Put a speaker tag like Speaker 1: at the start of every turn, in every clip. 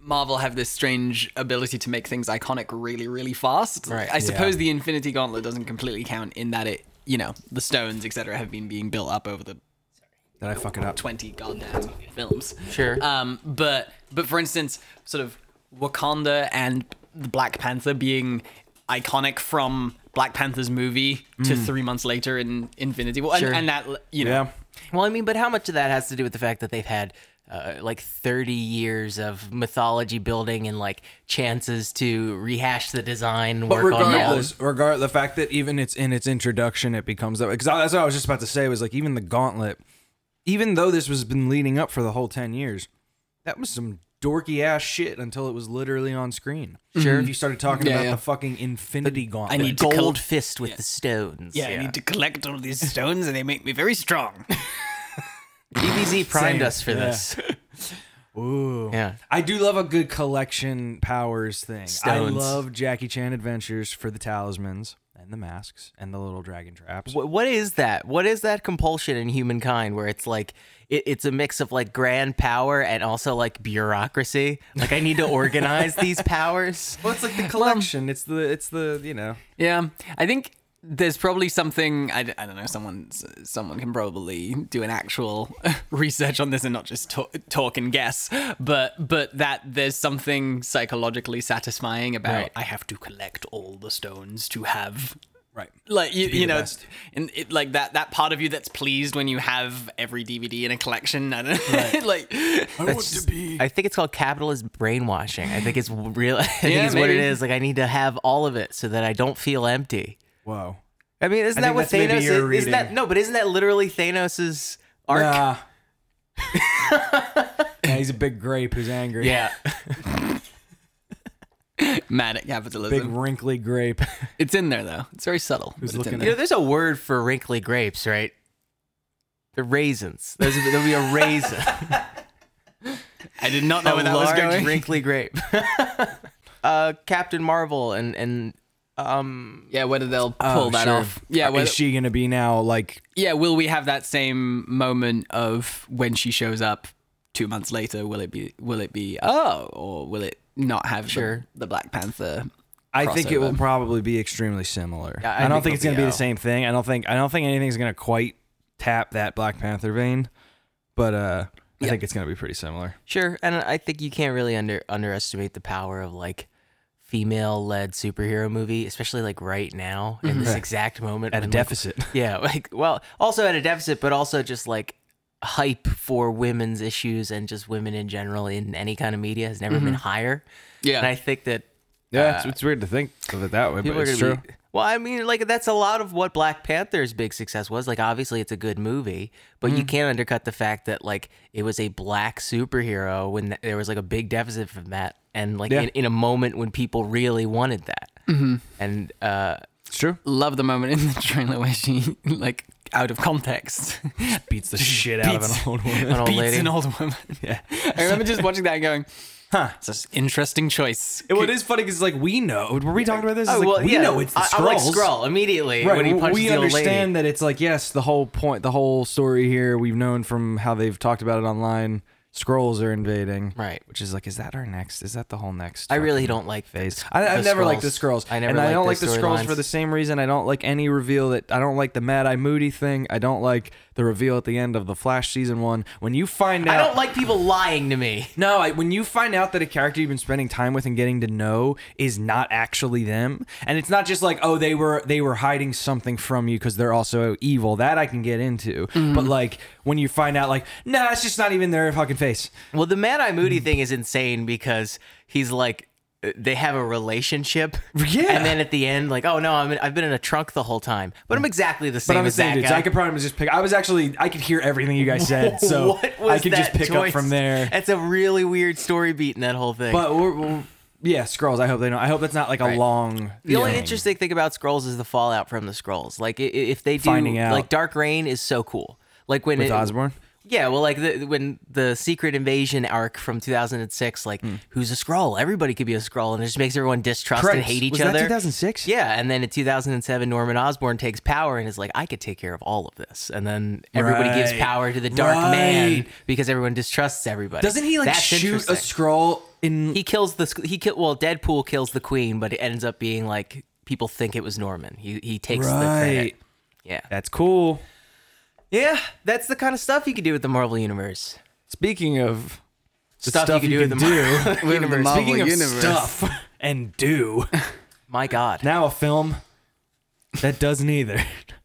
Speaker 1: Marvel have this strange ability to make things iconic really, really fast.
Speaker 2: Right,
Speaker 1: I suppose
Speaker 2: yeah.
Speaker 1: the Infinity Gauntlet doesn't completely count in that it, you know, the stones, etc., have been being built up over the
Speaker 2: Did I fuck it up?
Speaker 1: 20 goddamn films.
Speaker 2: Sure.
Speaker 3: Uh,
Speaker 1: Um, but but for instance, sort of Wakanda and the Black Panther being iconic from Black Panther's movie to three months later in Infinity War, and,
Speaker 2: Hmm. Sure.
Speaker 1: and that you know,
Speaker 2: Yeah.
Speaker 3: Well, I mean, but how much of that has to do with the fact that they've had uh, like 30 years of mythology building and like chances to rehash the design,
Speaker 2: But
Speaker 3: work on their own?
Speaker 2: regardless, regard the fact that even it's in its introduction, it becomes that because that's what I was just about to say was like even the gauntlet, even though this was been leading up for the whole ten years, that was some dorky ass shit until it was literally on screen. Sure, if you started talking
Speaker 1: Yeah,
Speaker 2: about
Speaker 1: yeah.
Speaker 2: the fucking infinity gauntlet,
Speaker 1: I need to
Speaker 3: gold
Speaker 1: col-
Speaker 3: fist with the stones.
Speaker 1: yeah, I need to collect all these stones, and they make me very strong.
Speaker 3: DBZ primed
Speaker 2: Same.
Speaker 3: us for
Speaker 2: Yeah.
Speaker 3: this.
Speaker 2: Ooh.
Speaker 3: Yeah.
Speaker 2: I do love a good collection powers thing. I
Speaker 3: Stones.
Speaker 2: love Jackie Chan adventures for the talismans and the masks and the little dragon traps.
Speaker 3: Wh- What is that? What is that compulsion in humankind where it's like it, it's a mix of like grand power and also like bureaucracy? Like I need to organize these powers.
Speaker 2: Well, it's like the collection. it's the it's the you know
Speaker 1: Yeah, I think there's probably something I, d- I don't know. Someone s- someone can probably do an actual research on this and not just talk, talk and guess. But but that there's something psychologically satisfying about
Speaker 3: Right.
Speaker 1: I have to collect all the stones to have.
Speaker 2: right.
Speaker 1: Like you,
Speaker 2: the
Speaker 1: you know,
Speaker 2: best.
Speaker 1: and it, like that that part of you that's pleased when you have every DVD in a collection. I don't like
Speaker 2: I
Speaker 3: That's just- I think it's called capitalist brainwashing. I think it's real. I think
Speaker 1: Yeah,
Speaker 3: it's what it
Speaker 1: maybe.
Speaker 3: is. Like I need to have all of it so that I don't feel empty.
Speaker 2: Whoa.
Speaker 3: I mean, isn't that
Speaker 2: I think
Speaker 3: what
Speaker 2: that's maybe
Speaker 3: Thanos is?
Speaker 2: your
Speaker 3: Isn't that
Speaker 2: reading.
Speaker 3: no? But isn't that literally Thanos's arc?
Speaker 2: Nah. yeah, he's a big grape who's angry.
Speaker 3: Yeah.
Speaker 1: mad at
Speaker 2: Big
Speaker 1: capitalism.
Speaker 2: wrinkly grape.
Speaker 1: it's in there though. It's very subtle. but it's in
Speaker 2: looking
Speaker 3: You
Speaker 1: there.
Speaker 3: know, there's a word for wrinkly grapes, right? They're raisins. There's, there'll be a raisin.
Speaker 1: I did not know where that was
Speaker 3: large
Speaker 1: going.
Speaker 3: wrinkly grape. uh, Captain Marvel and and um
Speaker 1: Yeah, whether they'll
Speaker 2: Oh,
Speaker 1: pull that off. Yeah, whether,
Speaker 2: Uh, Is she gonna be now like
Speaker 1: yeah. Will we have that same moment of when she shows up two months later? Will it be? Will it be? Oh, or will it not have the-
Speaker 3: Sure.
Speaker 1: the, Black Panther?
Speaker 2: I think it will
Speaker 1: crossover?
Speaker 2: probably be extremely similar.
Speaker 3: Yeah, I
Speaker 2: I, don't
Speaker 3: think it'll
Speaker 2: think, it's gonna
Speaker 3: be
Speaker 2: be the
Speaker 3: out.
Speaker 2: same thing. I don't think I don't think anything's gonna quite tap that Black Panther vein. But uh I think it's gonna be pretty similar.
Speaker 3: sure. And I think you can't really under underestimate the power of like female led superhero movie, especially like right now in this exact moment
Speaker 2: Mm-hmm. At a
Speaker 3: when, like,
Speaker 2: deficit.
Speaker 3: Yeah, like well, also at a deficit, but also just like hype for women's issues and just women in general in any kind of media has never
Speaker 2: Mm-hmm.
Speaker 3: been higher.
Speaker 1: Yeah.
Speaker 3: and I think that
Speaker 2: yeah, it's, it's weird to think of it that way, but
Speaker 3: people are
Speaker 2: it's
Speaker 3: gonna
Speaker 2: true.
Speaker 3: be. Well, I mean, like that's a lot of what Black Panther's big success was. Like, obviously, it's a good movie, but
Speaker 2: Mm.
Speaker 3: you can't undercut the fact that like it was a black superhero when th- there was like a big deficit from that, and like
Speaker 2: Yeah. Mm-hmm.
Speaker 3: in, in a moment when people really wanted that, and uh,
Speaker 2: It's true.
Speaker 1: Love the moment in the trailer where she like out of context
Speaker 2: Beats the shit out of an
Speaker 1: Beats-
Speaker 2: old woman.
Speaker 3: an old
Speaker 1: beats
Speaker 3: lady.
Speaker 1: an old woman.
Speaker 2: Yeah.
Speaker 1: I remember just watching that and going, "Huh, it's an interesting choice."
Speaker 2: Well, it is funny because like we know. Were we talking about this? It's like, we
Speaker 3: Oh, yeah.
Speaker 2: know it's the
Speaker 3: I, I'm
Speaker 2: scrolls.
Speaker 3: like scroll immediately
Speaker 2: Right.
Speaker 3: when he
Speaker 2: w-
Speaker 3: punches
Speaker 2: we
Speaker 3: the old lady.
Speaker 2: understand that it's like yes, the whole point, the whole story here. We've known from how they've talked about it online. Scrolls are invading.
Speaker 3: Right.
Speaker 2: Which is like, is that our next? Is that the whole next?
Speaker 3: I really don't like
Speaker 2: Phase.
Speaker 3: the-
Speaker 2: I,
Speaker 3: the
Speaker 2: I've never liked the
Speaker 3: Skrulls.
Speaker 2: scrolls.
Speaker 3: I never
Speaker 2: and I
Speaker 3: liked
Speaker 2: don't
Speaker 3: the
Speaker 2: like the scrolls
Speaker 3: storylines.
Speaker 2: for the same reason. I don't like any reveal that I don't like the Mad Eye Moody thing. I don't like the reveal at the end of the Flash season one when you find out.
Speaker 3: I don't like people lying to me.
Speaker 2: No, I, when you find out that a character you've been spending time with and getting to know is not actually them, and it's not just like oh they were they were hiding something from you because they're also evil. That I can get into,
Speaker 3: Mm-hmm.
Speaker 2: but like when you find out like nah, it's just not even their fucking face.
Speaker 3: Well, the Mad Eye Moody
Speaker 2: Mm.
Speaker 3: thing is insane because he's like, uh, they have a relationship.
Speaker 2: Yeah.
Speaker 3: And then at the end, like, oh no, I'm in, I've been in a trunk the whole time, but I'm exactly the
Speaker 2: Mm. But
Speaker 3: same
Speaker 2: I'm the
Speaker 3: as
Speaker 2: same
Speaker 3: that
Speaker 2: dude, so
Speaker 3: guy.
Speaker 2: I could probably just pick. I was actually I could hear everything you guys said, so
Speaker 3: what was
Speaker 2: I could just
Speaker 3: that
Speaker 2: pick
Speaker 3: choice?
Speaker 2: up from there.
Speaker 3: That's a really weird story beat in that whole thing.
Speaker 2: But we're, we're, yeah, scrolls. I hope they know. I hope that's not like a long.
Speaker 3: the only
Speaker 2: thing.
Speaker 3: interesting thing about scrolls is the fallout from the scrolls. Like i- i- if they do,
Speaker 2: Finding out.
Speaker 3: like Dark Rain is so cool. Like when
Speaker 2: with
Speaker 3: it,
Speaker 2: Osborne.
Speaker 3: Yeah, well, like the, when the Secret Invasion arc from 2006, like who's a scroll? Everybody could be a scroll, and it just makes everyone distrust and
Speaker 2: Christ,
Speaker 3: hate each
Speaker 2: was that
Speaker 3: other.
Speaker 2: 2006?
Speaker 3: Yeah, and then in 2007, Norman Osborn takes power and is like, "I could take care of all of this," and then everybody gives
Speaker 2: Right.
Speaker 3: power to the Dark Man
Speaker 2: Right.
Speaker 3: because everyone distrusts everybody.
Speaker 2: Doesn't he like
Speaker 3: That's
Speaker 2: shoot
Speaker 3: interesting.
Speaker 2: a scroll in
Speaker 3: He kills the he kill well. Deadpool kills the queen, but it ends up being like people think it was Norman. He he takes the credit.
Speaker 2: right.
Speaker 3: Yeah,
Speaker 2: That's cool.
Speaker 3: yeah. That's the kind of stuff you could do with the Marvel universe.
Speaker 2: Speaking of the
Speaker 3: Stuff you could do in the Marvel
Speaker 2: do,
Speaker 1: With the Marvel
Speaker 2: speaking of
Speaker 1: universe.
Speaker 2: stuff and do.
Speaker 3: My God.
Speaker 2: Now a film that does neither.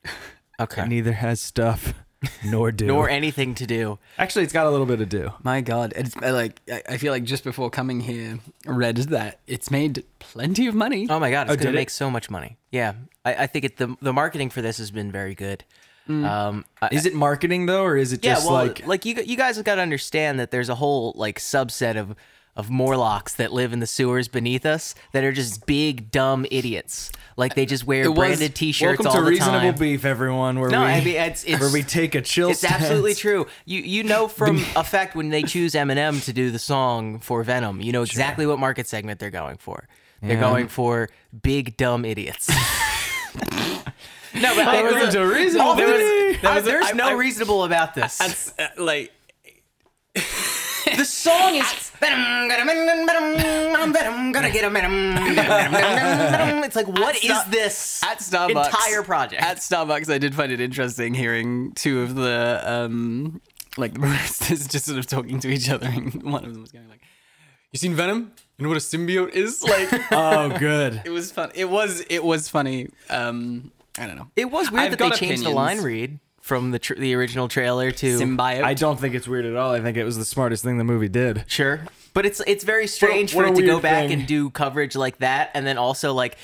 Speaker 3: okay.
Speaker 2: neither has stuff nor do.
Speaker 3: Nor anything to do.
Speaker 2: Actually, it's got a little bit of do.
Speaker 1: My God, it's I like I I feel like just before coming here, I read that it's made plenty of money.
Speaker 3: Oh my god, it's
Speaker 2: Oh,
Speaker 3: gonna
Speaker 2: did it?
Speaker 3: make so much money. Yeah, I, I think it, the the marketing for this has been very good. Um, I-
Speaker 2: Is it marketing though, or is it
Speaker 3: yeah,
Speaker 2: Mm. just
Speaker 3: well,
Speaker 2: like
Speaker 3: like, you you guys have got to understand that there's a whole like subset of of Morlocks that live in the sewers beneath us that are just big dumb idiots. Like they just wear
Speaker 1: was-
Speaker 3: branded T-shirts
Speaker 2: Uh, welcome to
Speaker 3: all the
Speaker 2: reasonable
Speaker 3: time.
Speaker 2: beef, everyone? Where
Speaker 3: No,
Speaker 2: we
Speaker 3: I mean, it's- it's-
Speaker 2: where we take a chill.
Speaker 3: It's absolutely
Speaker 2: stance.
Speaker 3: true. You you know from a fact when they choose Eminem to do the song for Venom, you know exactly what market segment they're going for. They're going for big dumb idiots. no, but there
Speaker 2: Welcome
Speaker 3: was,
Speaker 2: to
Speaker 3: a-
Speaker 2: reasonable
Speaker 3: there was-
Speaker 2: beef.
Speaker 1: There was a-
Speaker 3: there's
Speaker 1: I-
Speaker 3: no
Speaker 1: I-
Speaker 3: reasonable about this.
Speaker 1: That's uh, like
Speaker 3: the song is Venom, gonna venom, venom, I'm Venom, gonna get a venom, venom, venom, venom, venom." It's like what is
Speaker 1: Star-
Speaker 3: this
Speaker 1: at Starbucks.
Speaker 3: entire project?
Speaker 1: At Starbucks, I did find it interesting hearing two of the um, like the baristas just sort of talking to each other, and one of them was going like, "You seen Venom? You know what a symbiote is?" Like
Speaker 2: Oh, good.
Speaker 1: it was fun. It was it was funny. Um, I don't know.
Speaker 3: it was weird
Speaker 1: I've
Speaker 3: that they
Speaker 1: got
Speaker 3: changed the
Speaker 1: opinions.
Speaker 3: line read from the tr- the original trailer to
Speaker 1: symbiote.
Speaker 2: I don't think it's weird at all. I think it was the smartest thing the movie did.
Speaker 3: Sure. But it's it's very strange
Speaker 2: what
Speaker 3: for
Speaker 2: a
Speaker 3: it to go
Speaker 2: weird
Speaker 3: back
Speaker 2: thing.
Speaker 3: and do coverage like that and then also like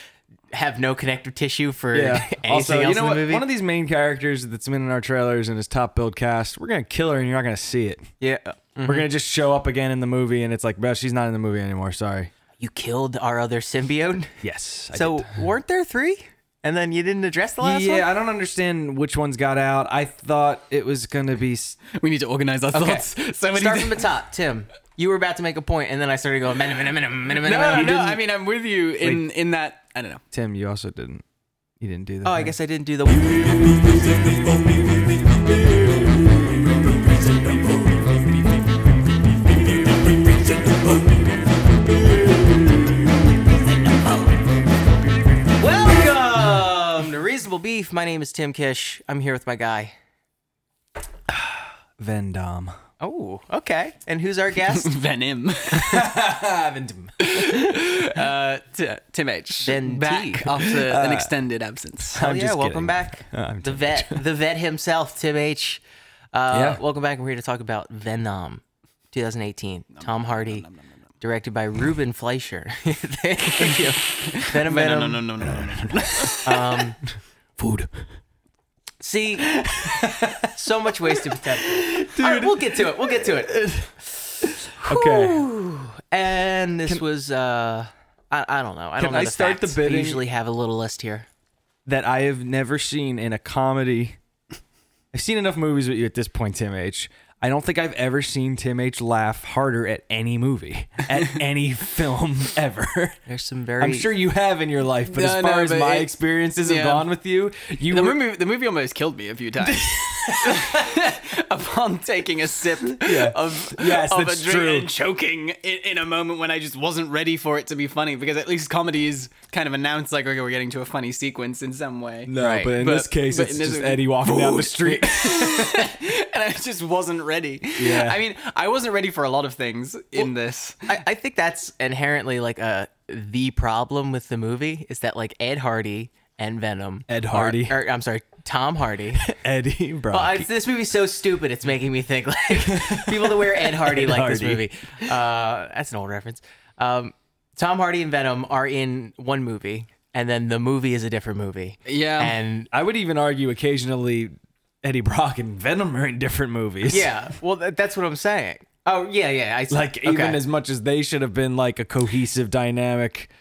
Speaker 3: have no connective tissue for
Speaker 2: Yeah.
Speaker 3: anything
Speaker 2: also,
Speaker 3: else
Speaker 2: you know
Speaker 3: in the
Speaker 2: what?
Speaker 3: movie.
Speaker 2: One of these main characters that's been in our trailers and is top build cast, we're gonna kill her, and you're not gonna see it.
Speaker 3: yeah. uh, mm-hmm.
Speaker 2: We're gonna just show up again in the movie, and it's like, bro, she's not in the movie anymore. Sorry.
Speaker 3: You killed our other symbiote.
Speaker 2: Yes. I
Speaker 3: So
Speaker 2: did.
Speaker 3: weren't there three? And then you didn't address the last
Speaker 2: yeah,
Speaker 3: one?
Speaker 2: I don't understand which ones got out. I thought it was gonna be. s-
Speaker 1: we need to organize our
Speaker 3: Okay.
Speaker 1: thoughts. So many.
Speaker 3: Start from the top, Tim. You were about to make a point, and then I started going, minute, minute, minute, minute, minute,
Speaker 1: no,
Speaker 3: minute."
Speaker 1: no,
Speaker 3: You
Speaker 1: no.
Speaker 3: didn't-
Speaker 1: I mean, I'm with you in in that. I don't know.
Speaker 2: Tim, you also didn't. You didn't do that.
Speaker 3: Oh, I guess I didn't do the. Welcome to Reasonable Beef. My name is Tim Kish. I'm here with my guy.
Speaker 2: Vendom.
Speaker 3: Oh, okay. And who's our guest?
Speaker 1: Venom. Uh, T- Tim H.
Speaker 3: Then
Speaker 1: back
Speaker 3: T.
Speaker 1: after
Speaker 3: Uh,
Speaker 1: an extended absence.
Speaker 3: Oh
Speaker 2: I'm
Speaker 3: yeah,
Speaker 2: just
Speaker 3: welcome
Speaker 2: kidding.
Speaker 3: back.
Speaker 2: I'm
Speaker 3: the vet, the vet himself, Tim H. Uh,
Speaker 2: Yeah.
Speaker 3: Welcome back. We're here to talk about Venom, 2018. Tom Hardy, directed by Ruben Fleischer. Thank you. Venom, Venom. Um,
Speaker 1: No, no, no, no, no, no. no.
Speaker 2: Food.
Speaker 3: See, so much wasted potential. All right, we'll get to it. We'll get to it.
Speaker 2: Okay.
Speaker 3: And this was, uh, I, I don't know. I don't know.
Speaker 2: I
Speaker 3: the
Speaker 2: start the
Speaker 3: facts. I
Speaker 2: bidding?
Speaker 3: usually have a little list here.
Speaker 2: that I have never seen in a comedy. I've seen enough movies with you at this point, Tim H. I don't think I've ever seen Tim H laugh harder at any movie, at any film ever.
Speaker 3: There's some very.
Speaker 2: I'm sure you have in your life, but
Speaker 1: No,
Speaker 2: as far
Speaker 1: no,
Speaker 2: as
Speaker 1: but
Speaker 2: my
Speaker 1: it-
Speaker 2: experiences
Speaker 1: yeah.
Speaker 2: have gone with you, you
Speaker 1: The
Speaker 2: were-
Speaker 1: movie, the movie almost killed me a few times. Upon taking a sip of,
Speaker 2: Yes,
Speaker 1: of a
Speaker 2: that's
Speaker 1: drink
Speaker 2: true.
Speaker 1: and choking in, in a moment when I just wasn't ready for it to be funny, because at least comedy is kind of announced like, okay, we're getting to a funny sequence in some way.
Speaker 2: no,
Speaker 3: Right.
Speaker 2: but in
Speaker 1: But-
Speaker 2: this case,
Speaker 1: but
Speaker 2: it's
Speaker 1: in this-
Speaker 2: just Eddie walking down the street.
Speaker 1: And I just wasn't ready.
Speaker 2: Yeah.
Speaker 1: I mean, I wasn't ready for a lot of things in this.
Speaker 3: I, I think that's inherently like a the problem with the movie is that like Ed Hardy and Venom.
Speaker 2: Ed
Speaker 3: are-
Speaker 2: Hardy.
Speaker 3: or, I'm sorry, Tom Hardy.
Speaker 2: Eddie, bro.
Speaker 3: Well, I, this movie's so stupid. It's making me think like people that wear Ed Hardy
Speaker 2: Ed
Speaker 3: like this
Speaker 2: Hardy.
Speaker 3: movie. Uh, that's an old reference. Um, Tom Hardy and Venom are in one movie, and then the movie is a different movie.
Speaker 1: Yeah.
Speaker 3: and
Speaker 2: I would even argue occasionally Eddie Brock and Venom are in different movies.
Speaker 3: yeah, well, that, that's what I'm saying. Oh yeah, yeah. I see.
Speaker 2: Like
Speaker 3: Okay.
Speaker 2: even as much as they should have been like a cohesive dynamic,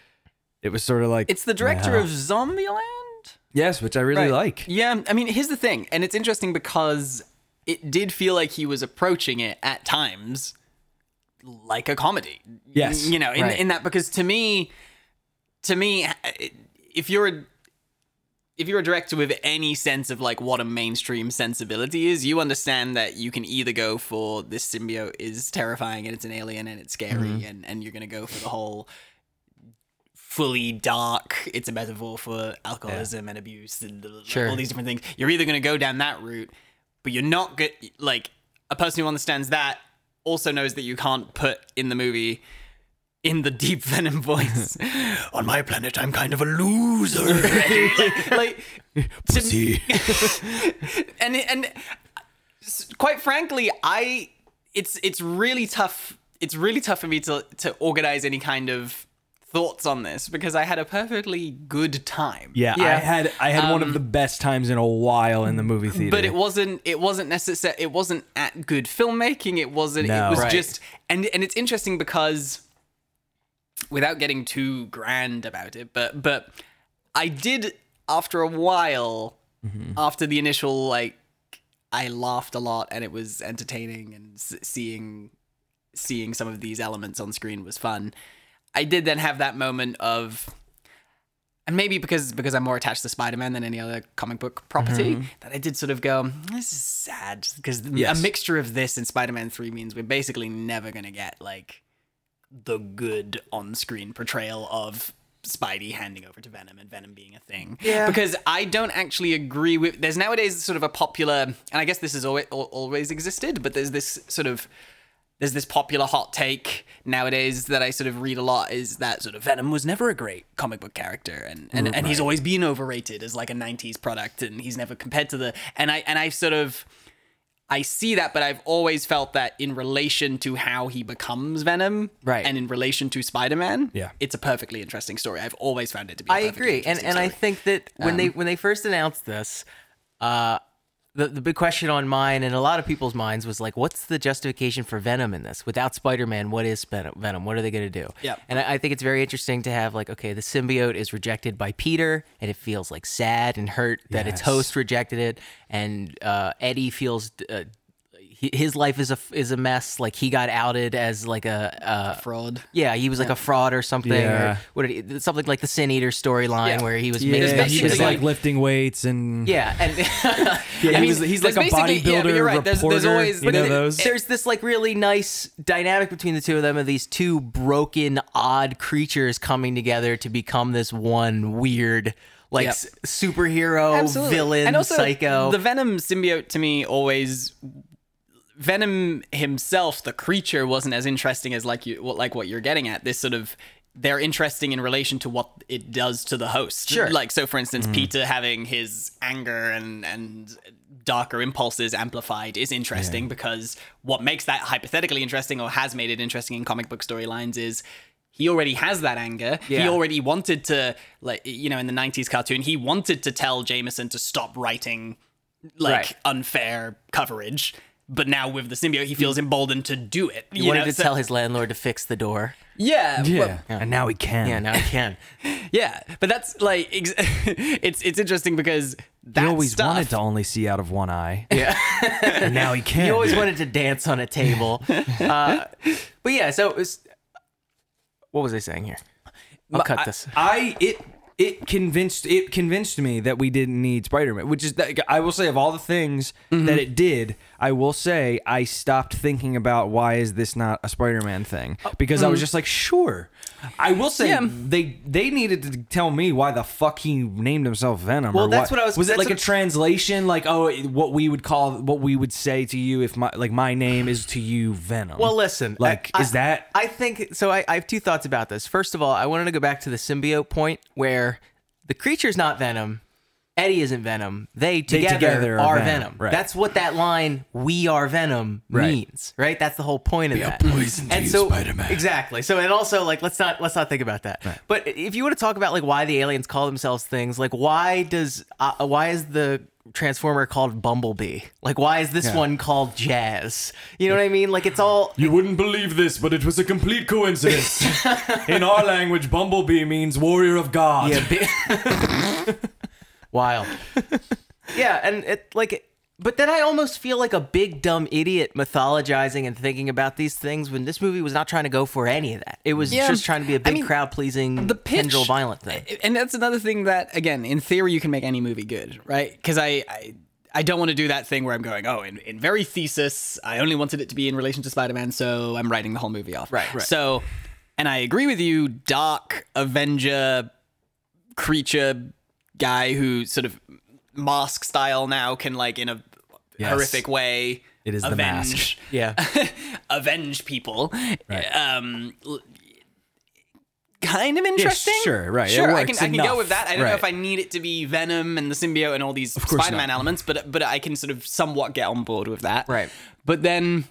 Speaker 2: it was sort of like
Speaker 1: It's the director
Speaker 2: No.
Speaker 1: of Zombieland.
Speaker 2: Yes, which I really
Speaker 1: Right.
Speaker 2: like.
Speaker 1: Yeah, I mean, here's the thing, and it's interesting because it did feel like he was approaching it at times like a comedy.
Speaker 2: Yes,
Speaker 1: you know, in,
Speaker 3: right.
Speaker 1: in that because to me, to me, if you're a if you're a director with any sense of like what a mainstream sensibility is, you understand that you can either go for this symbiote is terrifying and it's an alien and it's scary and, and you're gonna go for the whole fully dark it's a metaphor for alcoholism and abuse and blah, blah, blah,
Speaker 3: Sure.
Speaker 1: all these different things you're either going to go down that route but you're not good like a person who understands that also knows that you can't put in the movie in the deep venom voice on my planet i'm kind of a loser like, like, to- and and s- quite frankly, I it's it's really tough. It's really tough for me to to organize any kind of thoughts on this because I had a perfectly good time.
Speaker 2: Yeah, I
Speaker 3: Yeah.
Speaker 2: had I had one of the best times in a while in the movie theater.
Speaker 1: Um, But it wasn't. It wasn't necessary. It wasn't at good filmmaking. It wasn't.
Speaker 2: No.
Speaker 1: It was
Speaker 2: Right.
Speaker 1: just. And and it's interesting because, without getting too grand about it, but but I did after a while, after the initial like, I laughed a lot and it was entertaining and s- seeing seeing some of these elements on screen was fun. I did then have that moment of and maybe because because I'm more attached to Spider-Man than any other comic book property, that I did sort of go, this is sad because
Speaker 2: Yes.
Speaker 1: a mixture of this and Spider-Man 3 means we're basically never going to get like the good on-screen portrayal of Spidey handing over to Venom and Venom being a thing. Yeah. Because I don't actually agree with there's nowadays sort of a popular and I guess this has always always existed, but there's this sort of there's this popular hot take nowadays that I sort of read a lot is that sort of Venom was never a great comic book character and and, and he's always been overrated as like a 90s product and he's never compared to the and I and I sort of I see that but I've always felt that in relation to how he becomes Venom
Speaker 3: Right.
Speaker 1: and in relation to Spider-Man
Speaker 2: Yeah.
Speaker 1: it's a perfectly interesting story I've always found it to Um, be I
Speaker 3: I agree, and and I think that when they when they first announced this, uh, the the big question on mine and a lot of people's minds was like, what's the justification for Venom in this? Without Spider Man, what is Ven- Venom? What are they going to do?
Speaker 1: Yep.
Speaker 3: And I, I think it's very interesting to have like, okay, the symbiote is rejected by Peter, and it feels like sad and hurt that its
Speaker 2: Yes.
Speaker 3: host rejected it, and uh, Eddie feels. Uh, hi- his life is a is a mess. Like he got outed as like a uh,
Speaker 1: fraud
Speaker 3: yeah, he was like a fraud or something,
Speaker 2: Yeah.
Speaker 3: or what did he, something like the Sin Eater storyline
Speaker 1: Yeah.
Speaker 3: where he was
Speaker 2: yeah,
Speaker 3: making
Speaker 1: It's
Speaker 2: he was
Speaker 1: basically
Speaker 2: like
Speaker 1: like-
Speaker 2: lifting weights and
Speaker 3: yeah, and
Speaker 2: Yeah,
Speaker 1: I
Speaker 2: he
Speaker 1: mean,
Speaker 2: was, he's like a
Speaker 1: there's basically- yeah, but
Speaker 2: bodybuilder
Speaker 1: you're right, there's- there's
Speaker 2: reporter.
Speaker 1: always-
Speaker 2: you
Speaker 1: but
Speaker 2: know
Speaker 1: it-
Speaker 2: those?
Speaker 3: there's this like really nice dynamic between the two of them of these two broken, odd creatures coming together to become this one weird, like
Speaker 1: Yep.
Speaker 3: s-
Speaker 1: oh,
Speaker 3: superhero villain
Speaker 1: and also,
Speaker 3: psycho.
Speaker 1: The Venom symbiote to me always Venom himself, the creature, wasn't as interesting as like you what like what you're getting at. This sort of they're interesting in relation to what it does to the host.
Speaker 3: Sure.
Speaker 1: Like so for instance, Peter having his anger and and darker impulses amplified is interesting because what makes that hypothetically interesting or has made it interesting in comic book storylines is he already has that anger. He
Speaker 3: Yeah.
Speaker 1: already wanted to like you know in the 90s cartoon he wanted to tell Jameson to stop writing like
Speaker 3: Right.
Speaker 1: unfair coverage. But now with the symbiote, he feels emboldened to do it.
Speaker 3: he
Speaker 1: you
Speaker 3: wanted
Speaker 1: know,
Speaker 3: to
Speaker 1: so-
Speaker 3: tell his landlord to fix the door.
Speaker 1: yeah,
Speaker 2: yeah.
Speaker 1: well,
Speaker 2: and now he can.
Speaker 3: Yeah, now he can.
Speaker 1: yeah. But that's like ex- it's it's interesting because that
Speaker 2: he always
Speaker 1: stuff.
Speaker 2: wanted to only see out of one eye. Yeah, and now he can.
Speaker 3: He always wanted to dance on a table. Uh, but yeah, so it was, what was I saying here? I'll cut this.
Speaker 2: I it it convinced it convinced me that we didn't need Spider-Man, which is that I will say of all the things
Speaker 3: Mm-hmm.
Speaker 2: that it did, I will say I stopped thinking about why is this not a Spider-Man thing
Speaker 3: Oh,
Speaker 2: because
Speaker 3: mm.
Speaker 2: I was just like, sure. I will say
Speaker 1: Yeah.
Speaker 2: they they needed to tell me why the fuck he named himself Venom.
Speaker 3: Well,
Speaker 2: or
Speaker 3: that's what I was-
Speaker 2: Was it
Speaker 3: that's
Speaker 2: like a
Speaker 3: what-
Speaker 2: translation? Like, oh, what we would call what we would say to you if my like my name is to you Venom.
Speaker 3: Well, listen.
Speaker 2: like,
Speaker 3: I-
Speaker 2: is that
Speaker 3: I think so. I, I have two thoughts about this. First of all, I wanted to go back to the symbiote point where the creature's not Venom. Eddie isn't Venom. They together,
Speaker 2: together are
Speaker 3: are
Speaker 2: Venom,
Speaker 3: Venom.
Speaker 2: right.
Speaker 3: That's what that line "We are Venom"
Speaker 2: Right.
Speaker 3: means, right? That's the whole point of that.
Speaker 2: poison to you, Spider-Man.
Speaker 3: exactly. So, and also, like, let's not let's not think about that. But if you want to talk about like why the aliens call themselves things, like why does uh, why is the Transformer called Bumblebee? Like, why is this one called Jazz? You know what I mean? Like, it's all
Speaker 2: You wouldn't believe this, but it was a complete coincidence. In our language, bumblebee means warrior of God.
Speaker 3: Yeah, bi- wild. Yeah, and it like But then I almost feel like a big dumb idiot mythologizing and thinking about these things when this movie was not trying to go for any of that. It was
Speaker 1: Yeah.
Speaker 3: just trying to be a
Speaker 1: I
Speaker 3: big
Speaker 1: mean,
Speaker 3: crowd pleasing,
Speaker 1: the pitch
Speaker 3: tendril violent thing.
Speaker 1: and that's another thing that again in theory you can make any movie good right because I, I i don't want to do that thing where i'm going oh in, in very thesis i only wanted it to be in relation to spider-man so i'm writing the whole movie off right, right. so and i agree with you dark avenger creature guy who sort of mask style now can like in a
Speaker 2: Yes.
Speaker 1: horrific way
Speaker 2: It is the
Speaker 1: avenge
Speaker 2: mask.
Speaker 3: Yeah.
Speaker 1: avenge people.
Speaker 2: Right.
Speaker 1: Um, l- kind of interesting.
Speaker 2: sure, right, it
Speaker 1: Sure, I
Speaker 2: works
Speaker 1: can, I can
Speaker 2: enough,
Speaker 1: go with that. I don't know
Speaker 2: right.
Speaker 1: if I need it to be Venom and the symbiote and all these
Speaker 2: course
Speaker 1: Spider-Man
Speaker 2: not.
Speaker 1: elements, but but I can sort of somewhat get on board with that.
Speaker 3: Right.
Speaker 1: But then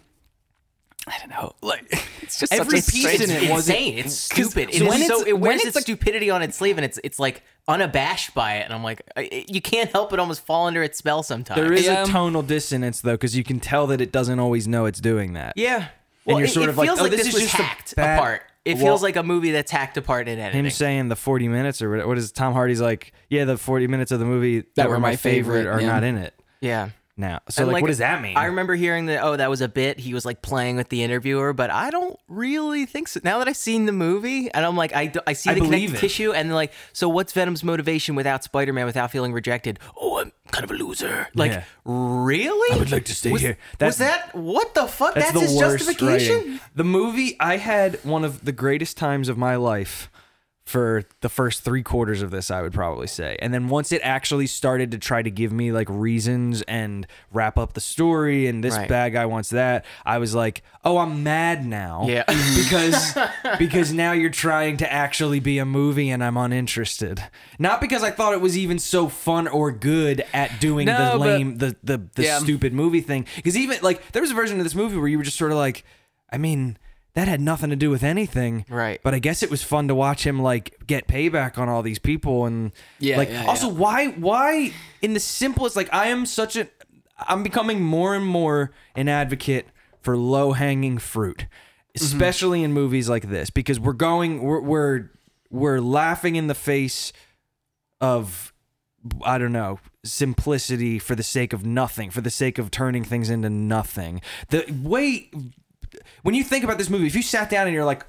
Speaker 1: I don't know. Like it's just
Speaker 2: Every
Speaker 1: such a
Speaker 2: piece in
Speaker 1: strange-
Speaker 2: it was- wasn't-
Speaker 3: insane. It's stupid.
Speaker 1: 'cause
Speaker 3: It was
Speaker 1: when
Speaker 3: so
Speaker 1: it's-
Speaker 3: it
Speaker 1: when
Speaker 3: wears
Speaker 1: it's
Speaker 3: its
Speaker 1: like-
Speaker 3: stupidity on its sleeve, and it's it's like unabashed by it. And I'm like, I- I- you can't help but almost fall under its spell sometimes.
Speaker 2: There is
Speaker 1: Yeah.
Speaker 2: a tonal dissonance though, because you can tell that it doesn't always know it's doing that.
Speaker 3: yeah.
Speaker 2: And
Speaker 3: Well,
Speaker 2: you're
Speaker 3: it,
Speaker 2: sort
Speaker 3: it
Speaker 2: of like,
Speaker 3: feels
Speaker 2: oh,
Speaker 3: like
Speaker 2: this
Speaker 3: this,
Speaker 2: is
Speaker 3: was
Speaker 2: just a
Speaker 3: hacked
Speaker 2: bad-
Speaker 3: apart. It
Speaker 2: Well-
Speaker 3: feels like a movie that's hacked apart in editing.
Speaker 2: Him saying the 40 minutes or what- what is Tom Hardy's like? Yeah, the 40 minutes of the movie that,
Speaker 1: were my favorite,
Speaker 2: are
Speaker 1: yeah.
Speaker 2: not in it
Speaker 3: yeah.
Speaker 2: now. So
Speaker 3: And,
Speaker 2: like, what does that mean?
Speaker 3: I remember hearing that. Oh, that was a bit. He was like playing with the interviewer, but I don't really think so. Now that I've seen the movie, and I'm like, I, d- I see
Speaker 2: I
Speaker 3: the
Speaker 2: believe
Speaker 3: connective
Speaker 2: it.
Speaker 3: tissue, and like, so what's Venom's motivation without Spider-Man, without feeling rejected? Oh, I'm kind of a loser. Like,
Speaker 2: Yeah.
Speaker 3: really? I
Speaker 2: would like to stay
Speaker 3: was,
Speaker 2: here.
Speaker 3: was
Speaker 2: That's-
Speaker 3: that what the fuck? That's,
Speaker 2: That's, the
Speaker 3: his
Speaker 2: worst
Speaker 3: justification.
Speaker 2: writing. The movie I had one of the greatest times of my life for the first three quarters of this, I would probably say. And then once it actually started to try to give me like reasons and wrap up the story and this
Speaker 3: Right.
Speaker 2: bad guy wants that, I was like, oh, I'm mad now.
Speaker 3: Yeah.
Speaker 2: because because now you're trying to actually be a movie and I'm uninterested. Not because I thought it was even so fun or good at doing
Speaker 1: No,
Speaker 2: the
Speaker 1: but-
Speaker 2: lame the the, the
Speaker 1: Yeah.
Speaker 2: stupid movie thing. Because even like there was a version of this movie where you were just sort of like, I mean, that had nothing to do with anything,
Speaker 3: Right.
Speaker 2: But I guess it was fun to watch him like get payback on all these people and
Speaker 1: Yeah,
Speaker 2: Like
Speaker 1: yeah,
Speaker 2: also, why why in the simplest like I am such a I'm becoming more and more an advocate for low hanging fruit,
Speaker 1: Mm-hmm.
Speaker 2: especially in movies like this because we're going we're we're, we're laughing in the face of I don't know, simplicity for the sake of nothing, for the sake of turning things into nothing. The way when you think about this movie, if you sat down and you're like,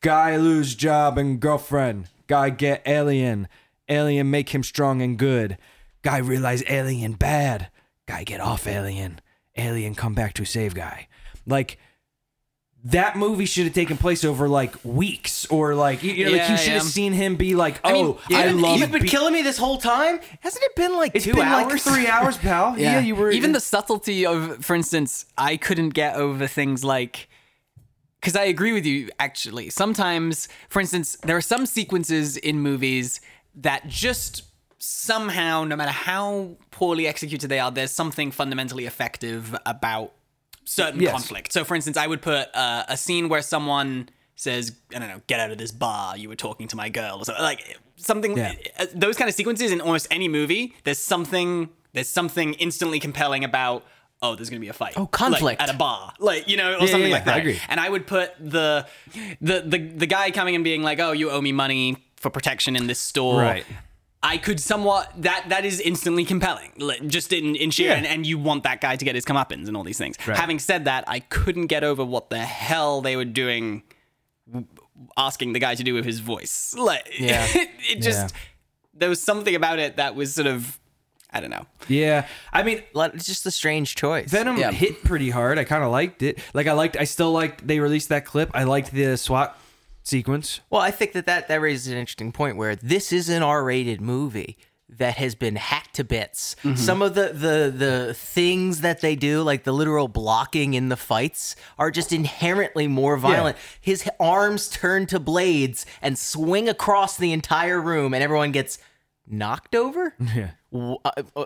Speaker 2: guy lose job and girlfriend, guy get alien, alien make him strong and good, guy realize alien bad, guy get off alien, alien come back to save guy. Like that movie should have taken place over like weeks or like you, you know like
Speaker 1: Yeah,
Speaker 2: you should have
Speaker 1: yeah.
Speaker 2: seen him be like oh I,
Speaker 1: mean, even-
Speaker 2: love
Speaker 3: You've been
Speaker 2: be-
Speaker 3: killing me this whole time. Hasn't it been like
Speaker 2: it's
Speaker 3: two
Speaker 2: been
Speaker 3: hours?
Speaker 2: like three hours, pal. Oh, yeah. you were
Speaker 1: even the subtlety of, for instance, I couldn't get over things like. Because I agree with you, actually. Sometimes, for instance, there are some sequences in movies that just somehow, no matter how poorly executed they are, there's something fundamentally effective about certain
Speaker 2: Yes.
Speaker 1: conflict. So, for instance, I would put uh, a scene where someone says, "I don't know, get out of this bar. You were talking to my girl," or something like something.
Speaker 2: Yeah.
Speaker 1: uh, Those kind of sequences in almost any movie. There's something. There's something instantly compelling about. Oh, there's gonna be a fight. Oh,
Speaker 3: conflict.
Speaker 1: at a bar, like you know, or something
Speaker 2: yeah,
Speaker 1: like
Speaker 2: yeah,
Speaker 1: that.
Speaker 2: I agree.
Speaker 1: And I would put the, the the the guy coming and being like, "Oh, you owe me money for protection in this store."
Speaker 2: Right.
Speaker 1: I could somewhat that that is instantly compelling, li- just in in sheer,
Speaker 2: Yeah.
Speaker 1: and, and you want that guy to get his comeuppance and all these things. Having said that, I couldn't get over what the hell they were doing, w- asking the guy to do with his voice. Like,
Speaker 3: Yeah.
Speaker 1: it, just there was something about it that was sort of, I don't know.
Speaker 2: yeah. I mean,
Speaker 3: Like, It's just a strange choice.
Speaker 2: Venom
Speaker 1: Yeah.
Speaker 2: hit pretty hard. I kind of liked it. Like I liked, I still liked. They released that clip. I liked the SWAT sequence.
Speaker 3: Well, I think that, that that raises an interesting point where this is an R-rated movie that has been hacked to bits. Some of the the the things that they do, like the literal blocking in the fights, are just inherently more violent. His arms turn to blades and swing across the entire room, and everyone gets knocked over. Yeah. uh,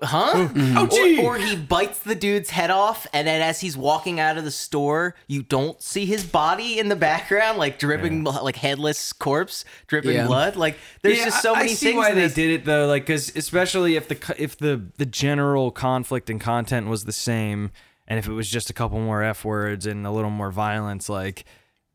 Speaker 3: huh?
Speaker 2: gee.
Speaker 3: Or, or he bites the dude's head off, and then as he's walking out of the store, you don't see his body in the background, like dripping, bl- like headless corpse, dripping
Speaker 1: Yeah.
Speaker 3: blood. Like there's
Speaker 2: Yeah,
Speaker 3: just so
Speaker 2: I-
Speaker 3: many
Speaker 2: I see
Speaker 3: things.
Speaker 2: why
Speaker 3: in
Speaker 2: they
Speaker 3: this.
Speaker 2: did it though, like because especially if the co- if the the general conflict and content was the same, and if it was just a couple more f words and a little more violence, like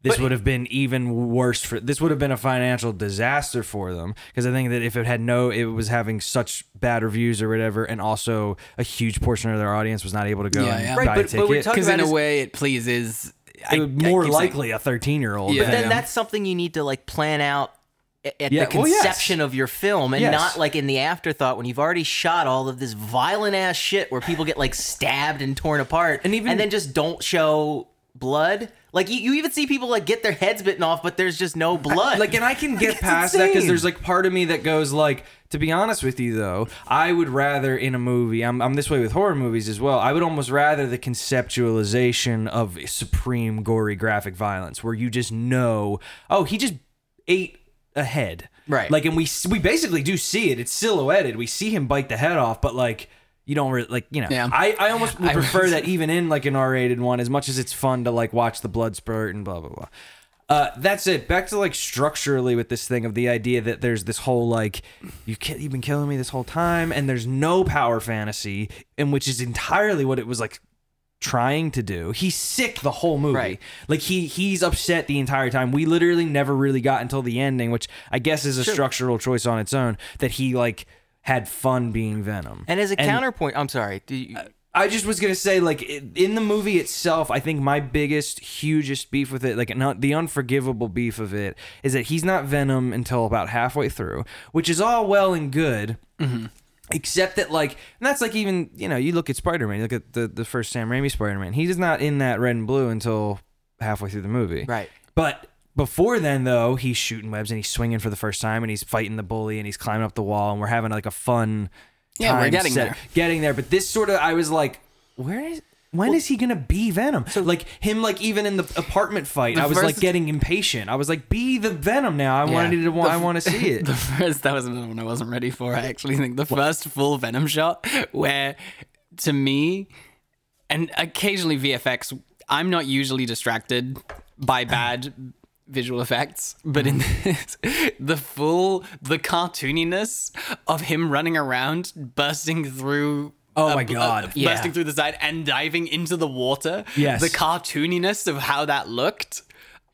Speaker 2: this would have been even worse for this would have been a financial disaster for them because I think that if it had no it was having such bad reviews or whatever and also a huge portion of their audience was not able to go
Speaker 1: Yeah,
Speaker 2: and
Speaker 1: yeah.
Speaker 2: buy
Speaker 1: Right,
Speaker 2: a
Speaker 3: but-
Speaker 2: ticket
Speaker 3: but we're talking
Speaker 1: because in a
Speaker 3: about is-
Speaker 1: way it pleases
Speaker 2: It
Speaker 1: I-
Speaker 2: would
Speaker 1: I
Speaker 2: more
Speaker 1: keep saying-
Speaker 2: likely a 13-year-old
Speaker 1: Yeah.
Speaker 2: yeah.
Speaker 3: But then that's something you need to like plan out a- at
Speaker 2: Yeah,
Speaker 3: the
Speaker 2: well, yes.
Speaker 3: conception of your film and
Speaker 2: Yes.
Speaker 3: not like in the afterthought when you've already shot all of this violent ass shit where people get like stabbed and torn apart and
Speaker 2: even-
Speaker 3: and then just don't show blood. Like you, you even see people like get their heads bitten off, but there's just no blood.
Speaker 2: like and i can get
Speaker 3: it's
Speaker 2: past that because
Speaker 3: insane.
Speaker 2: there's like part of me that goes like to be honest with you though i would rather in a movie I'm, I'm this way with horror movies as well i would almost rather the conceptualization of supreme gory graphic violence where you just know oh he just ate a head
Speaker 3: Right.
Speaker 2: like and we we basically do see it it's silhouetted we see him bite the head off but like you don't really like you know
Speaker 1: Yeah.
Speaker 2: I, I almost would
Speaker 1: I was-
Speaker 2: prefer that even in like an r-rated one as much as it's fun to like watch the blood spurt and blah blah blah uh, that's it back to like structurally with this thing of the idea that there's this whole like you ki- you've been killing me this whole time and there's no power fantasy and which is entirely what it was like trying to do he's sick the whole movie
Speaker 3: Right.
Speaker 2: like he he's upset the entire time we literally never really got until the ending which i guess is a structural choice on its own that he like had fun being venom
Speaker 3: and Uh, as a counterpoint, I'm sorry. Do you,
Speaker 2: I just was gonna say, like i- in the movie itself, I think my biggest, hugest beef with it, like not the unforgivable beef of it, is that he's not Venom until about halfway through, which is all well and good. Except that, like, and that's like even you know, you look at Spider Man, you look at the the first Sam Raimi Spider Man, he is not in that red and blue until halfway through the movie,
Speaker 3: Right.
Speaker 2: But before then, though, he's shooting webs and he's swinging for the first time and he's fighting the bully and he's climbing up the wall and we're having like a fun
Speaker 1: Yeah, we're
Speaker 2: time
Speaker 1: getting
Speaker 2: set-
Speaker 1: there.
Speaker 2: getting there. But this sort of, I was like, where is? when is he gonna be Venom? So like him, like even in the apartment fight, I was
Speaker 1: first-
Speaker 2: like getting impatient. I was like, be the Venom now. I wanted to. wa-
Speaker 1: The
Speaker 2: I
Speaker 1: f-
Speaker 2: want to see it.
Speaker 1: The first that was another one I wasn't ready for. I actually think the first full Venom shot, where to me, and occasionally VFX, I'm not usually distracted by bad visual effects, but in this,
Speaker 2: Mm-hmm.
Speaker 1: the full the cartooniness of him running around, bursting through.
Speaker 2: Oh
Speaker 1: a-
Speaker 2: my
Speaker 1: a-
Speaker 2: God.
Speaker 1: Bursting through the side and diving into the water.
Speaker 2: Yes.
Speaker 1: The cartooniness of how that looked,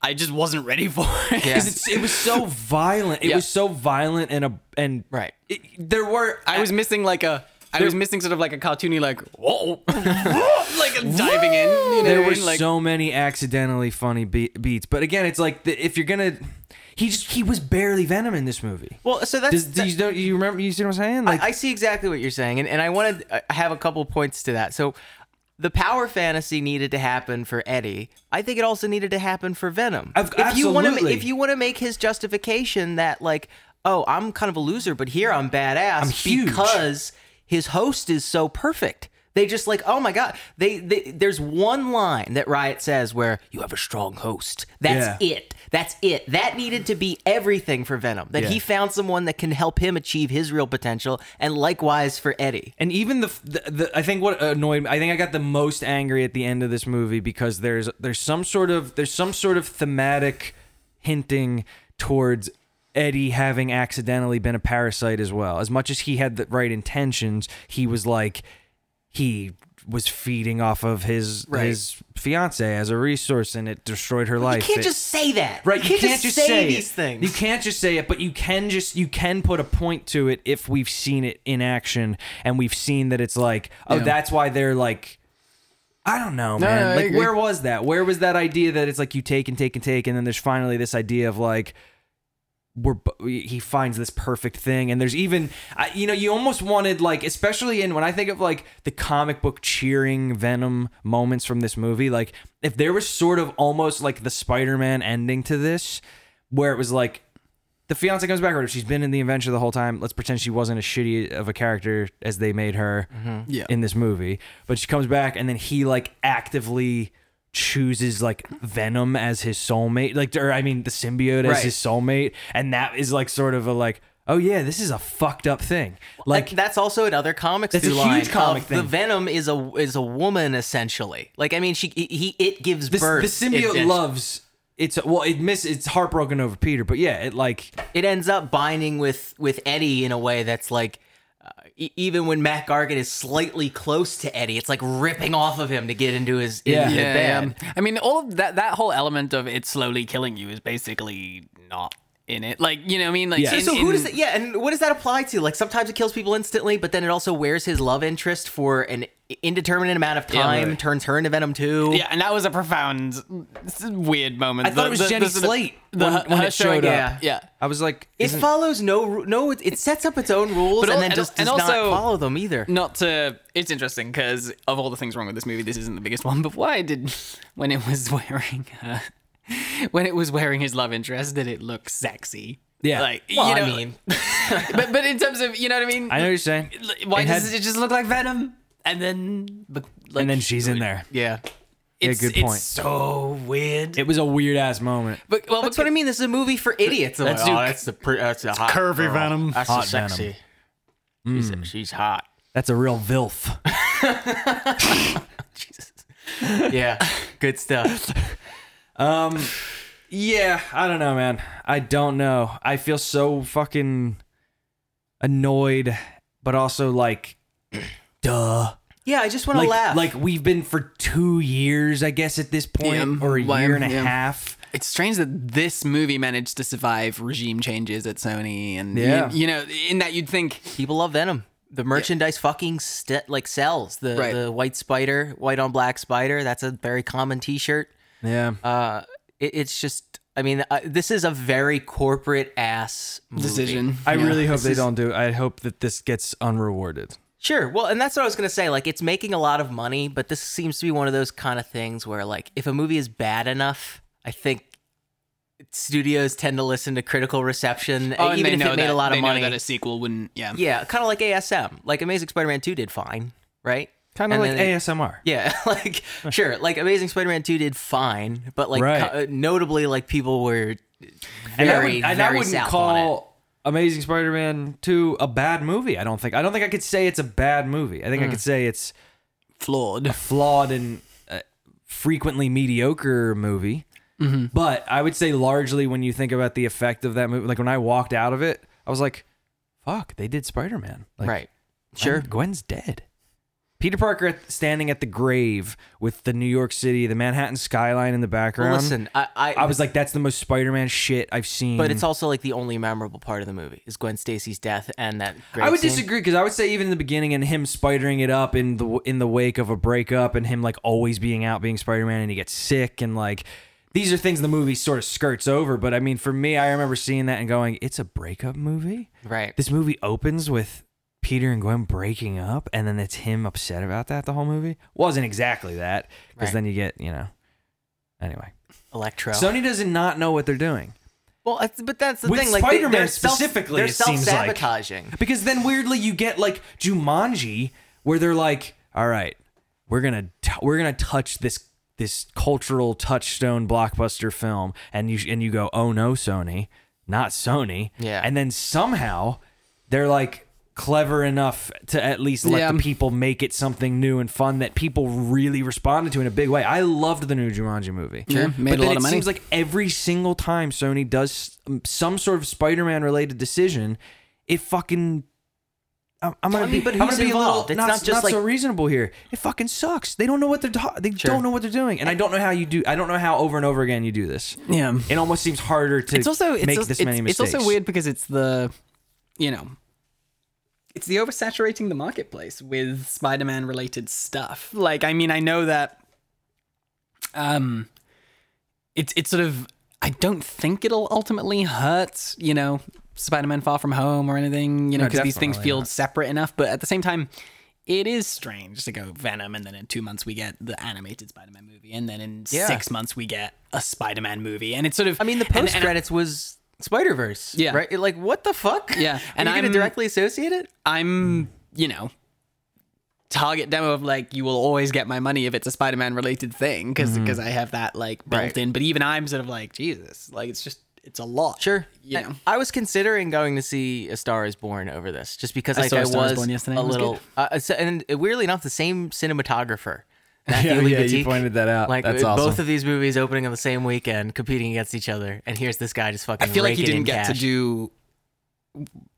Speaker 1: I just wasn't ready for it.
Speaker 3: Yeah.
Speaker 2: 'Cause it's- it was so violent. It
Speaker 1: Yeah.
Speaker 2: was so violent and a and
Speaker 3: Right.
Speaker 2: It, there were
Speaker 1: I was missing like a. I was missing sort of like a cartoony like whoa, like diving in. You know,
Speaker 2: there
Speaker 1: what I
Speaker 2: were
Speaker 1: mean? like
Speaker 2: so many accidentally funny be- beats. But again, it's like the, if you're gonna, he just he was barely Venom in this movie.
Speaker 3: well, so that's
Speaker 2: Does, do you, don't you remember? You see what I'm saying? Like
Speaker 3: I, I see exactly what you're saying, and, and I want to have a couple points to that. So, the power fantasy needed to happen for Eddie. I think it also needed to happen for Venom.
Speaker 2: Of-
Speaker 3: if you want to,
Speaker 2: absolutely.
Speaker 3: if you want to make his justification that like, oh, I'm kind of a loser, but here I'm badass
Speaker 2: huge.
Speaker 3: because his host is so perfect. They just like, oh my god. They, they there's one line that Riot says where you have a strong host. That's
Speaker 2: Yeah.
Speaker 3: it. That's it. That needed to be everything for Venom. That he
Speaker 2: Yeah.
Speaker 3: found someone that can help him achieve his real potential, and likewise for Eddie.
Speaker 2: And even the, the, the I think what annoyed me, I think I got the most angry at the end of this movie because there's there's some sort of there's some sort of thematic hinting towards Eddie having accidentally been a parasite as well. As much as he had the right intentions, he was like he was feeding off of his
Speaker 3: Right.
Speaker 2: his fiance as a resource and it destroyed her
Speaker 3: You
Speaker 2: life.
Speaker 3: can't
Speaker 2: It-
Speaker 3: just say that.
Speaker 2: Right,
Speaker 3: You
Speaker 2: you,
Speaker 3: can't,
Speaker 2: can't, just, say, it.
Speaker 3: these things.
Speaker 2: You can't just say it, but you can just you can put a point to it if we've seen it in action and we've seen that it's like, oh,
Speaker 1: Yeah.
Speaker 2: that's why they're like, I don't know, man.
Speaker 1: no, I
Speaker 2: like,
Speaker 1: agree.
Speaker 2: where was that? Where was that idea that it's like you take and take and take, and then there's finally this idea of like, we're bo- he finds this perfect thing, and there's even I, you know you almost wanted like especially in when I think of like the comic book cheering Venom moments from this movie, like if there was sort of almost like the Spider-Man ending to this, where it was like the fiance comes back, or if she's been in the adventure the whole time, let's pretend she wasn't as shitty of a character as they made her
Speaker 1: Yeah.
Speaker 2: in this movie. But she comes back, and then he like actively chooses like Venom as his soulmate, like or I mean the symbiote as
Speaker 3: Right.
Speaker 2: his soulmate, and that is like sort of a like, oh yeah, this is a fucked up thing.
Speaker 3: Like
Speaker 2: Like
Speaker 3: that's also in other comics.
Speaker 2: That's a
Speaker 3: through line
Speaker 2: huge comic
Speaker 3: of
Speaker 2: thing.
Speaker 3: The Venom is a is a woman essentially. Like I mean, she he, he- it gives
Speaker 2: this,
Speaker 3: birth.
Speaker 2: the symbiote
Speaker 3: It- it-
Speaker 2: loves. It's well, it miss. It's heartbroken over Peter, but yeah, it like
Speaker 3: It ends up binding with with Eddie in a way that's like uh, e- even when Matt Gargan is slightly close to Eddie, it's like ripping off of him to get into his
Speaker 2: Yeah.
Speaker 3: into
Speaker 1: yeah,
Speaker 3: the bed.
Speaker 1: yeah. I mean, all of that that whole element of it slowly killing you is basically not in it. Like, you know, what I mean, like,
Speaker 2: Yeah.
Speaker 1: in-
Speaker 3: So who
Speaker 1: in-
Speaker 3: does it? Yeah, and what does that apply to? Like sometimes it kills people instantly, but then it also wears his love interest for an indeterminate amount of time,
Speaker 2: right.
Speaker 3: turns her into Venom too.
Speaker 1: Yeah, and that was a profound, s- weird moment.
Speaker 2: I thought it was Jenny
Speaker 1: sort of-
Speaker 2: Slate
Speaker 1: the-
Speaker 2: when- when
Speaker 1: her
Speaker 2: it showed
Speaker 1: showing-
Speaker 3: up.
Speaker 1: Yeah, yeah.
Speaker 2: I was like,
Speaker 3: It
Speaker 2: isn't-
Speaker 3: follows no ru- no. It, it sets up its own rules
Speaker 1: But al-
Speaker 3: and then
Speaker 1: and-
Speaker 3: just does
Speaker 1: and also-
Speaker 3: not follow them either.
Speaker 1: Not to. It's interesting because of all the things wrong with this movie, this isn't the biggest one. But why did when it was wearing uh, when it was wearing his love interest, did it look sexy?
Speaker 2: Yeah.
Speaker 1: like
Speaker 3: Well,
Speaker 1: you know,
Speaker 3: I mean,
Speaker 1: but but in terms of you know what I mean.
Speaker 2: I know what you're saying.
Speaker 1: Why
Speaker 2: It
Speaker 1: does
Speaker 2: had-
Speaker 1: it just look like Venom? And then, but, like,
Speaker 2: and then she's in there.
Speaker 1: yeah, it's,
Speaker 2: good point.
Speaker 1: It's so Oh, weird.
Speaker 2: It was a weird ass moment.
Speaker 1: but well,
Speaker 3: that's what I mean. This is a movie for idiots.
Speaker 1: Let's do-
Speaker 3: the pre- that's a hot
Speaker 1: curvy Venom.
Speaker 3: That's
Speaker 2: Hot Venom. Mm.
Speaker 3: She's, she's hot.
Speaker 2: That's a real vilf.
Speaker 3: Yeah, good stuff.
Speaker 2: Um, yeah, I don't know, man. I don't know. I feel so fucking annoyed, but also like, duh.
Speaker 3: Yeah, I just want to
Speaker 2: Like,
Speaker 3: laugh.
Speaker 2: like we've been for two years, I guess, at this point,
Speaker 1: Yeah,
Speaker 2: or a
Speaker 1: why-
Speaker 2: year and a
Speaker 1: yeah.
Speaker 2: half.
Speaker 1: it's strange that this movie managed to survive regime changes at Sony, and
Speaker 2: Yeah.
Speaker 1: you, you know, in that you'd think
Speaker 3: people love Venom. The merchandise fucking st- like sells. The
Speaker 1: Right.
Speaker 3: the white spider, white on black spider. That's a very common T-shirt.
Speaker 2: Yeah.
Speaker 3: Uh, it, it's just, I mean, uh, this is a very corporate ass movie.
Speaker 1: decision.
Speaker 2: I
Speaker 1: Yeah.
Speaker 2: really hope they don't do. I hope that this gets unrewarded.
Speaker 3: Sure. Well, and that's what I was gonna say. Like, it's making a lot of money, but this seems to be one of those kind of things where, like, if a movie is bad enough, I think studios tend to listen to critical reception,
Speaker 1: Oh, and
Speaker 3: even
Speaker 1: they
Speaker 3: if
Speaker 1: know
Speaker 3: it made
Speaker 1: that,
Speaker 3: a lot
Speaker 1: they
Speaker 3: of money.
Speaker 1: Know that a sequel wouldn't. Yeah.
Speaker 3: yeah, kind of like ASM. Like, Amazing Spider-Man Two did fine, right?
Speaker 2: Kind of
Speaker 3: And then
Speaker 2: like
Speaker 3: they-
Speaker 2: ASMR.
Speaker 3: Yeah, like sure, like Amazing Spider-Man Two did fine, but like
Speaker 2: Right.
Speaker 3: co- notably, like people were
Speaker 2: and I,
Speaker 3: very,
Speaker 2: would, and I
Speaker 3: very
Speaker 2: wouldn't
Speaker 3: south on it.
Speaker 2: call Amazing Spider-Man 2 a bad movie. I don't think. I don't think I could say it's a bad movie. I think I
Speaker 3: Hmm.
Speaker 2: could say it's
Speaker 1: Flawed.
Speaker 2: flawed and uh, frequently mediocre movie.
Speaker 3: Mm-hmm.
Speaker 2: But I would say largely when you think about the effect of that movie, like when I walked out of it, I was like, "Fuck, they did Spider-Man." Like,
Speaker 3: right.
Speaker 2: Sure. Gwen's dead. Peter Parker at, standing at the grave with the New York City, the Manhattan skyline in the background.
Speaker 3: Listen, I, I,
Speaker 2: I was like, that's the most Spider-Man shit I've seen.
Speaker 3: but it's also like the only memorable part of the movie is Gwen Stacy's death and that. Grave
Speaker 2: I would
Speaker 3: scene.
Speaker 2: disagree because I would say even in the beginning and him spidering it up in the in the wake of a breakup and him like always being out being Spider-Man and he gets sick and like these are things the movie sort of skirts over. But I mean, for me, I remember seeing that and going, "It's a breakup movie."
Speaker 3: Right.
Speaker 2: This movie opens with Peter and Gwen breaking up, and then it's him upset about that the whole movie. Wasn't exactly that because
Speaker 3: Right.
Speaker 2: then you get you know. Anyway,
Speaker 3: Electro.
Speaker 2: Sony does not know what they're doing.
Speaker 3: well, it's- but that's the
Speaker 2: With
Speaker 3: thing. Like they-
Speaker 2: Spider-Man
Speaker 3: they're self-
Speaker 2: specifically,
Speaker 3: they're
Speaker 2: it seems like.
Speaker 3: self-sabotaging.
Speaker 2: Because then weirdly you get like Jumanji where they're like, "All right, we're going to we're going to touch this this cultural touchstone blockbuster film." And you and you go, "Oh no, Sony, not Sony."
Speaker 3: Yeah.
Speaker 2: And then somehow they're like clever enough to at least let
Speaker 1: Yeah.
Speaker 2: the people make it something new and fun that people really responded to in a big way. I loved the new Jumanji movie.
Speaker 1: Sure. Made
Speaker 3: Mm-hmm.
Speaker 2: but
Speaker 1: a
Speaker 2: then
Speaker 1: lot
Speaker 2: it
Speaker 1: of money.
Speaker 2: seems like every single time Sony does um, some sort of Spider-Man related decision, it fucking I'm, I'm gonna
Speaker 3: I mean,
Speaker 2: be,
Speaker 3: but
Speaker 2: I'm
Speaker 3: who's
Speaker 2: gonna be a little
Speaker 3: involved? It's
Speaker 2: not,
Speaker 3: not just
Speaker 2: not so
Speaker 3: like-
Speaker 2: reasonable here. It fucking sucks. They don't know what they're ta- they
Speaker 3: Sure.
Speaker 2: don't know what they're doing, and I don't know how you do. I don't know how over and over again you do this.
Speaker 1: Yeah.
Speaker 2: It almost seems harder to
Speaker 1: It's also it's
Speaker 2: make
Speaker 1: also,
Speaker 2: this
Speaker 1: it's,
Speaker 2: many
Speaker 1: it's
Speaker 2: mistakes.
Speaker 1: also weird because it's the, you know, it's the oversaturating the marketplace with Spider-Man related stuff. Like, I mean, I know that. Um, it's it's sort of I don't think it'll ultimately hurt you know Spider-Man Far From Home or anything you know
Speaker 2: No,
Speaker 1: because these things
Speaker 2: definitely
Speaker 1: feel
Speaker 2: not.
Speaker 1: separate enough. But at the same time, it is strange to go Venom and then in two months we get the animated Spider-Man movie and then in
Speaker 3: Yeah.
Speaker 1: six months we get a Spider-Man movie and it's sort of
Speaker 3: I mean, the
Speaker 1: and- and-
Speaker 3: post credits was Spider Verse.
Speaker 1: Yeah.
Speaker 3: Right. Like, what the fuck?
Speaker 1: Yeah,
Speaker 3: And
Speaker 1: and
Speaker 3: I'm gonna
Speaker 1: I'm-
Speaker 3: directly associate it.
Speaker 1: I'm, you know, target demo of like you will always get my money if it's a Spider-Man related thing because
Speaker 2: Mm-hmm.
Speaker 1: I have that like built
Speaker 3: Right.
Speaker 1: in. But even I'm sort of like Jesus, like it's just it's a lot.
Speaker 3: Sure.
Speaker 1: you
Speaker 3: I-
Speaker 1: know.
Speaker 3: I, was considering going to see A Star Is Born over this, just because like,
Speaker 1: saw
Speaker 3: I
Speaker 1: A Star Is
Speaker 3: was
Speaker 1: Born yesterday.
Speaker 3: a
Speaker 1: It was
Speaker 3: little,
Speaker 1: good.
Speaker 3: uh, so- and weirdly enough, the same cinematographer. Matthew
Speaker 2: yeah, you
Speaker 3: Libatique.
Speaker 2: pointed that out.
Speaker 3: Like
Speaker 2: That's
Speaker 3: uh,
Speaker 2: awesome.
Speaker 3: both of these movies opening on the same weekend, competing against each other, and here's this guy just fucking.
Speaker 1: I feel like he
Speaker 3: raking in
Speaker 1: didn't get
Speaker 3: cash.
Speaker 1: to do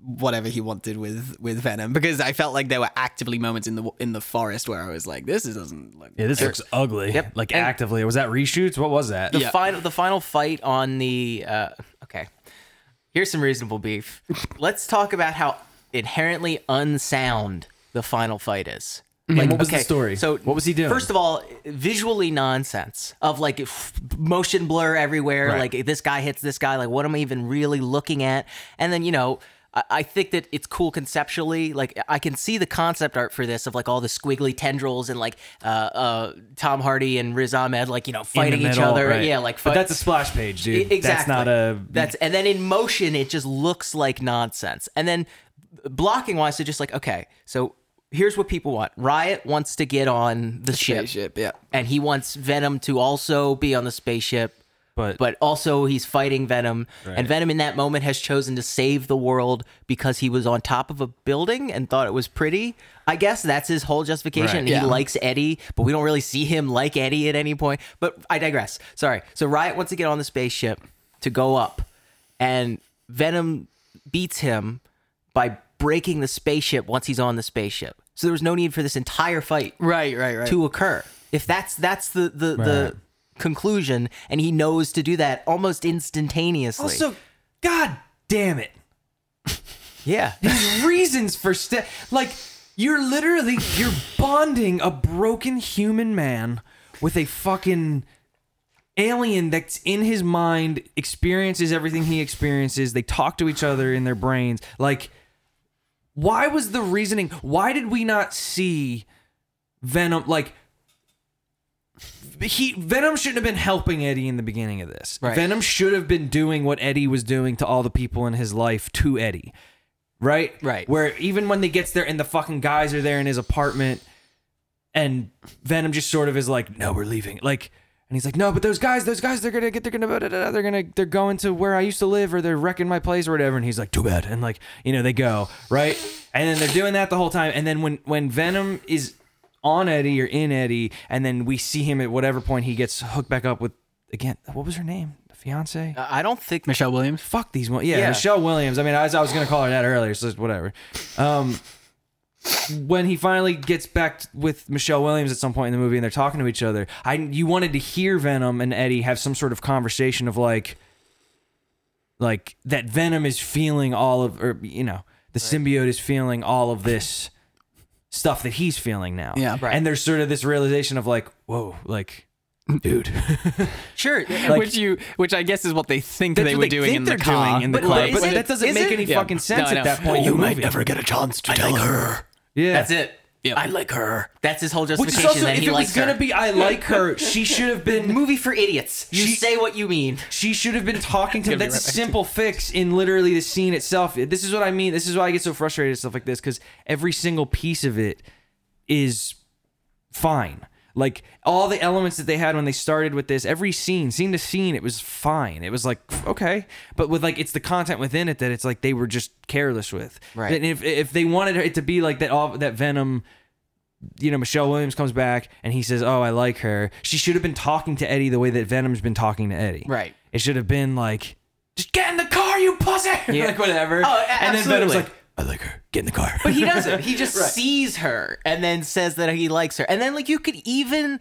Speaker 1: whatever he wanted with with Venom because I felt like there were actively moments in the in the forest where I was like, this is- doesn't look.
Speaker 2: Yeah, this looks ugly.
Speaker 3: Yep.
Speaker 2: Like
Speaker 3: And-
Speaker 2: actively. Was that reshoots? What was that?
Speaker 3: the
Speaker 1: Yeah.
Speaker 3: final the final fight on the uh, okay. Here's some reasonable beef. Let's talk about how inherently unsound the final fight is. Like,
Speaker 2: Mm-hmm. What was the story?
Speaker 3: So
Speaker 2: What was he doing?
Speaker 3: First of all, visually nonsense of like f- motion blur everywhere.
Speaker 2: Right.
Speaker 3: Like this guy hits this guy. Like what am I even really looking at? And then you know. I- I think that it's cool conceptually. Like I can see the concept art for this of like all the squiggly tendrils and like uh, uh, Tom Hardy and Riz Ahmed like you know
Speaker 2: In the
Speaker 3: fighting each
Speaker 2: middle,
Speaker 3: other.
Speaker 2: right.
Speaker 3: Yeah, like
Speaker 2: But
Speaker 3: fight-
Speaker 2: that's a splash page, dude.
Speaker 3: exactly.
Speaker 2: That's not a.
Speaker 3: That's and then in motion it just looks like nonsense. And then blocking wise, so just like okay, so here's what people want. Riot wants to get on the ship,
Speaker 1: Spaceship, yeah.
Speaker 3: and he wants Venom to also be on the spaceship.
Speaker 2: But-
Speaker 3: but also he's fighting Venom, and Venom in that moment has chosen to save the world because he was on top of a building and thought it was pretty. I guess that's his whole justification.
Speaker 2: Right.
Speaker 3: and
Speaker 1: Yeah.
Speaker 3: He likes Eddie, but we don't really see him like Eddie at any point. But I digress. Sorry. So Riot wants to get on the spaceship to go up, and Venom beats him by breaking the spaceship once he's on the spaceship. So there was no need for this entire fight
Speaker 1: Right, right, right.
Speaker 3: to occur. If that's that's the the, the conclusion, and he knows to do that almost instantaneously.
Speaker 2: also, god damn it.
Speaker 3: yeah,
Speaker 2: These reasons for. St- like, you're literally. You're bonding a broken human man with a fucking alien that's in his mind, experiences everything he experiences. They talk to each other in their brains. Like, why was the reasoning? Why did we not see Venom? Like, he Venom shouldn't have been helping Eddie in the beginning of this.
Speaker 3: Right.
Speaker 2: Venom should have been doing what Eddie was doing to all the people in his life to Eddie. Right?
Speaker 3: Right.
Speaker 2: Where even when they gets there and the fucking guys are there in his apartment and Venom just sort of is like, "No, we're leaving." Like and he's like, "No, but those guys, those guys they're going to get they're going to they're going to they're going to where I used to live or they're wrecking my place or whatever." And he's like, "Too bad." And like, you know, they go, right? And then they're doing that the whole time and then when when Venom is on Eddie or in Eddie, and then we see him at whatever point he gets hooked back up with again. What was her name? The fiance?
Speaker 3: I don't think
Speaker 1: Michelle Williams.
Speaker 2: Fuck these one. Yeah,
Speaker 3: yeah.
Speaker 2: Michelle Williams. I mean, I was, I was gonna call her that earlier, so it's whatever. Um, when he finally gets back t- with Michelle Williams at some point in the movie, and they're talking to each other, I you wanted to hear Venom and Eddie have some sort of conversation of like, like that Venom is feeling all of, or you know, the symbiote is feeling all of this stuff that he's feeling now.
Speaker 1: Yeah. Right.
Speaker 2: And there's sort of this realization of like, whoa, like, dude.
Speaker 3: sure.
Speaker 1: which you, which I guess is what they think
Speaker 2: That's
Speaker 1: they
Speaker 2: what
Speaker 1: were doing in the
Speaker 2: they're
Speaker 1: car.
Speaker 2: doing in the
Speaker 3: But
Speaker 2: club,
Speaker 3: like,
Speaker 2: but
Speaker 3: is it-
Speaker 2: that doesn't
Speaker 3: is
Speaker 2: make
Speaker 3: it?
Speaker 2: any
Speaker 1: Yeah.
Speaker 2: fucking
Speaker 1: No,
Speaker 2: sense
Speaker 1: I
Speaker 2: at
Speaker 1: know.
Speaker 2: that point. in the movie.
Speaker 1: get a chance to tell her.
Speaker 2: Yeah,
Speaker 3: That's it.
Speaker 1: Yeah.
Speaker 3: I like her. That's his whole
Speaker 2: Which
Speaker 3: justification
Speaker 2: is also,
Speaker 3: that
Speaker 2: if
Speaker 3: he
Speaker 2: it was
Speaker 3: likes
Speaker 2: gonna
Speaker 3: her.
Speaker 2: be, I like her. She should have been.
Speaker 3: movie for idiots. You
Speaker 2: She-
Speaker 3: say what you mean.
Speaker 2: She should have been talking to him.
Speaker 1: Gonna be
Speaker 2: That's a
Speaker 1: right back
Speaker 2: simple fix in literally the scene itself. This is what I mean. This is why I get so frustrated at stuff like this because every single piece of it is fine. Like all the elements that they had when they started with this, every scene, scene to scene, it was fine. It was like okay, but with like it's the content within it that it's like they were just careless with.
Speaker 3: Right.
Speaker 2: And if if they wanted it to be like that, all that Venom you know, Michelle Williams comes back and he says, Oh, I like her. She should have been talking to Eddie the way that Venom's been talking to Eddie.
Speaker 3: Right.
Speaker 2: It should have been like, Just get in the car, you pussy! like, whatever.
Speaker 3: Oh, a-
Speaker 2: and then Venom's
Speaker 3: absolutely.
Speaker 2: like, I like her. Get in the car.
Speaker 3: But he doesn't. He just sees her and then says that he likes her. And then like you could even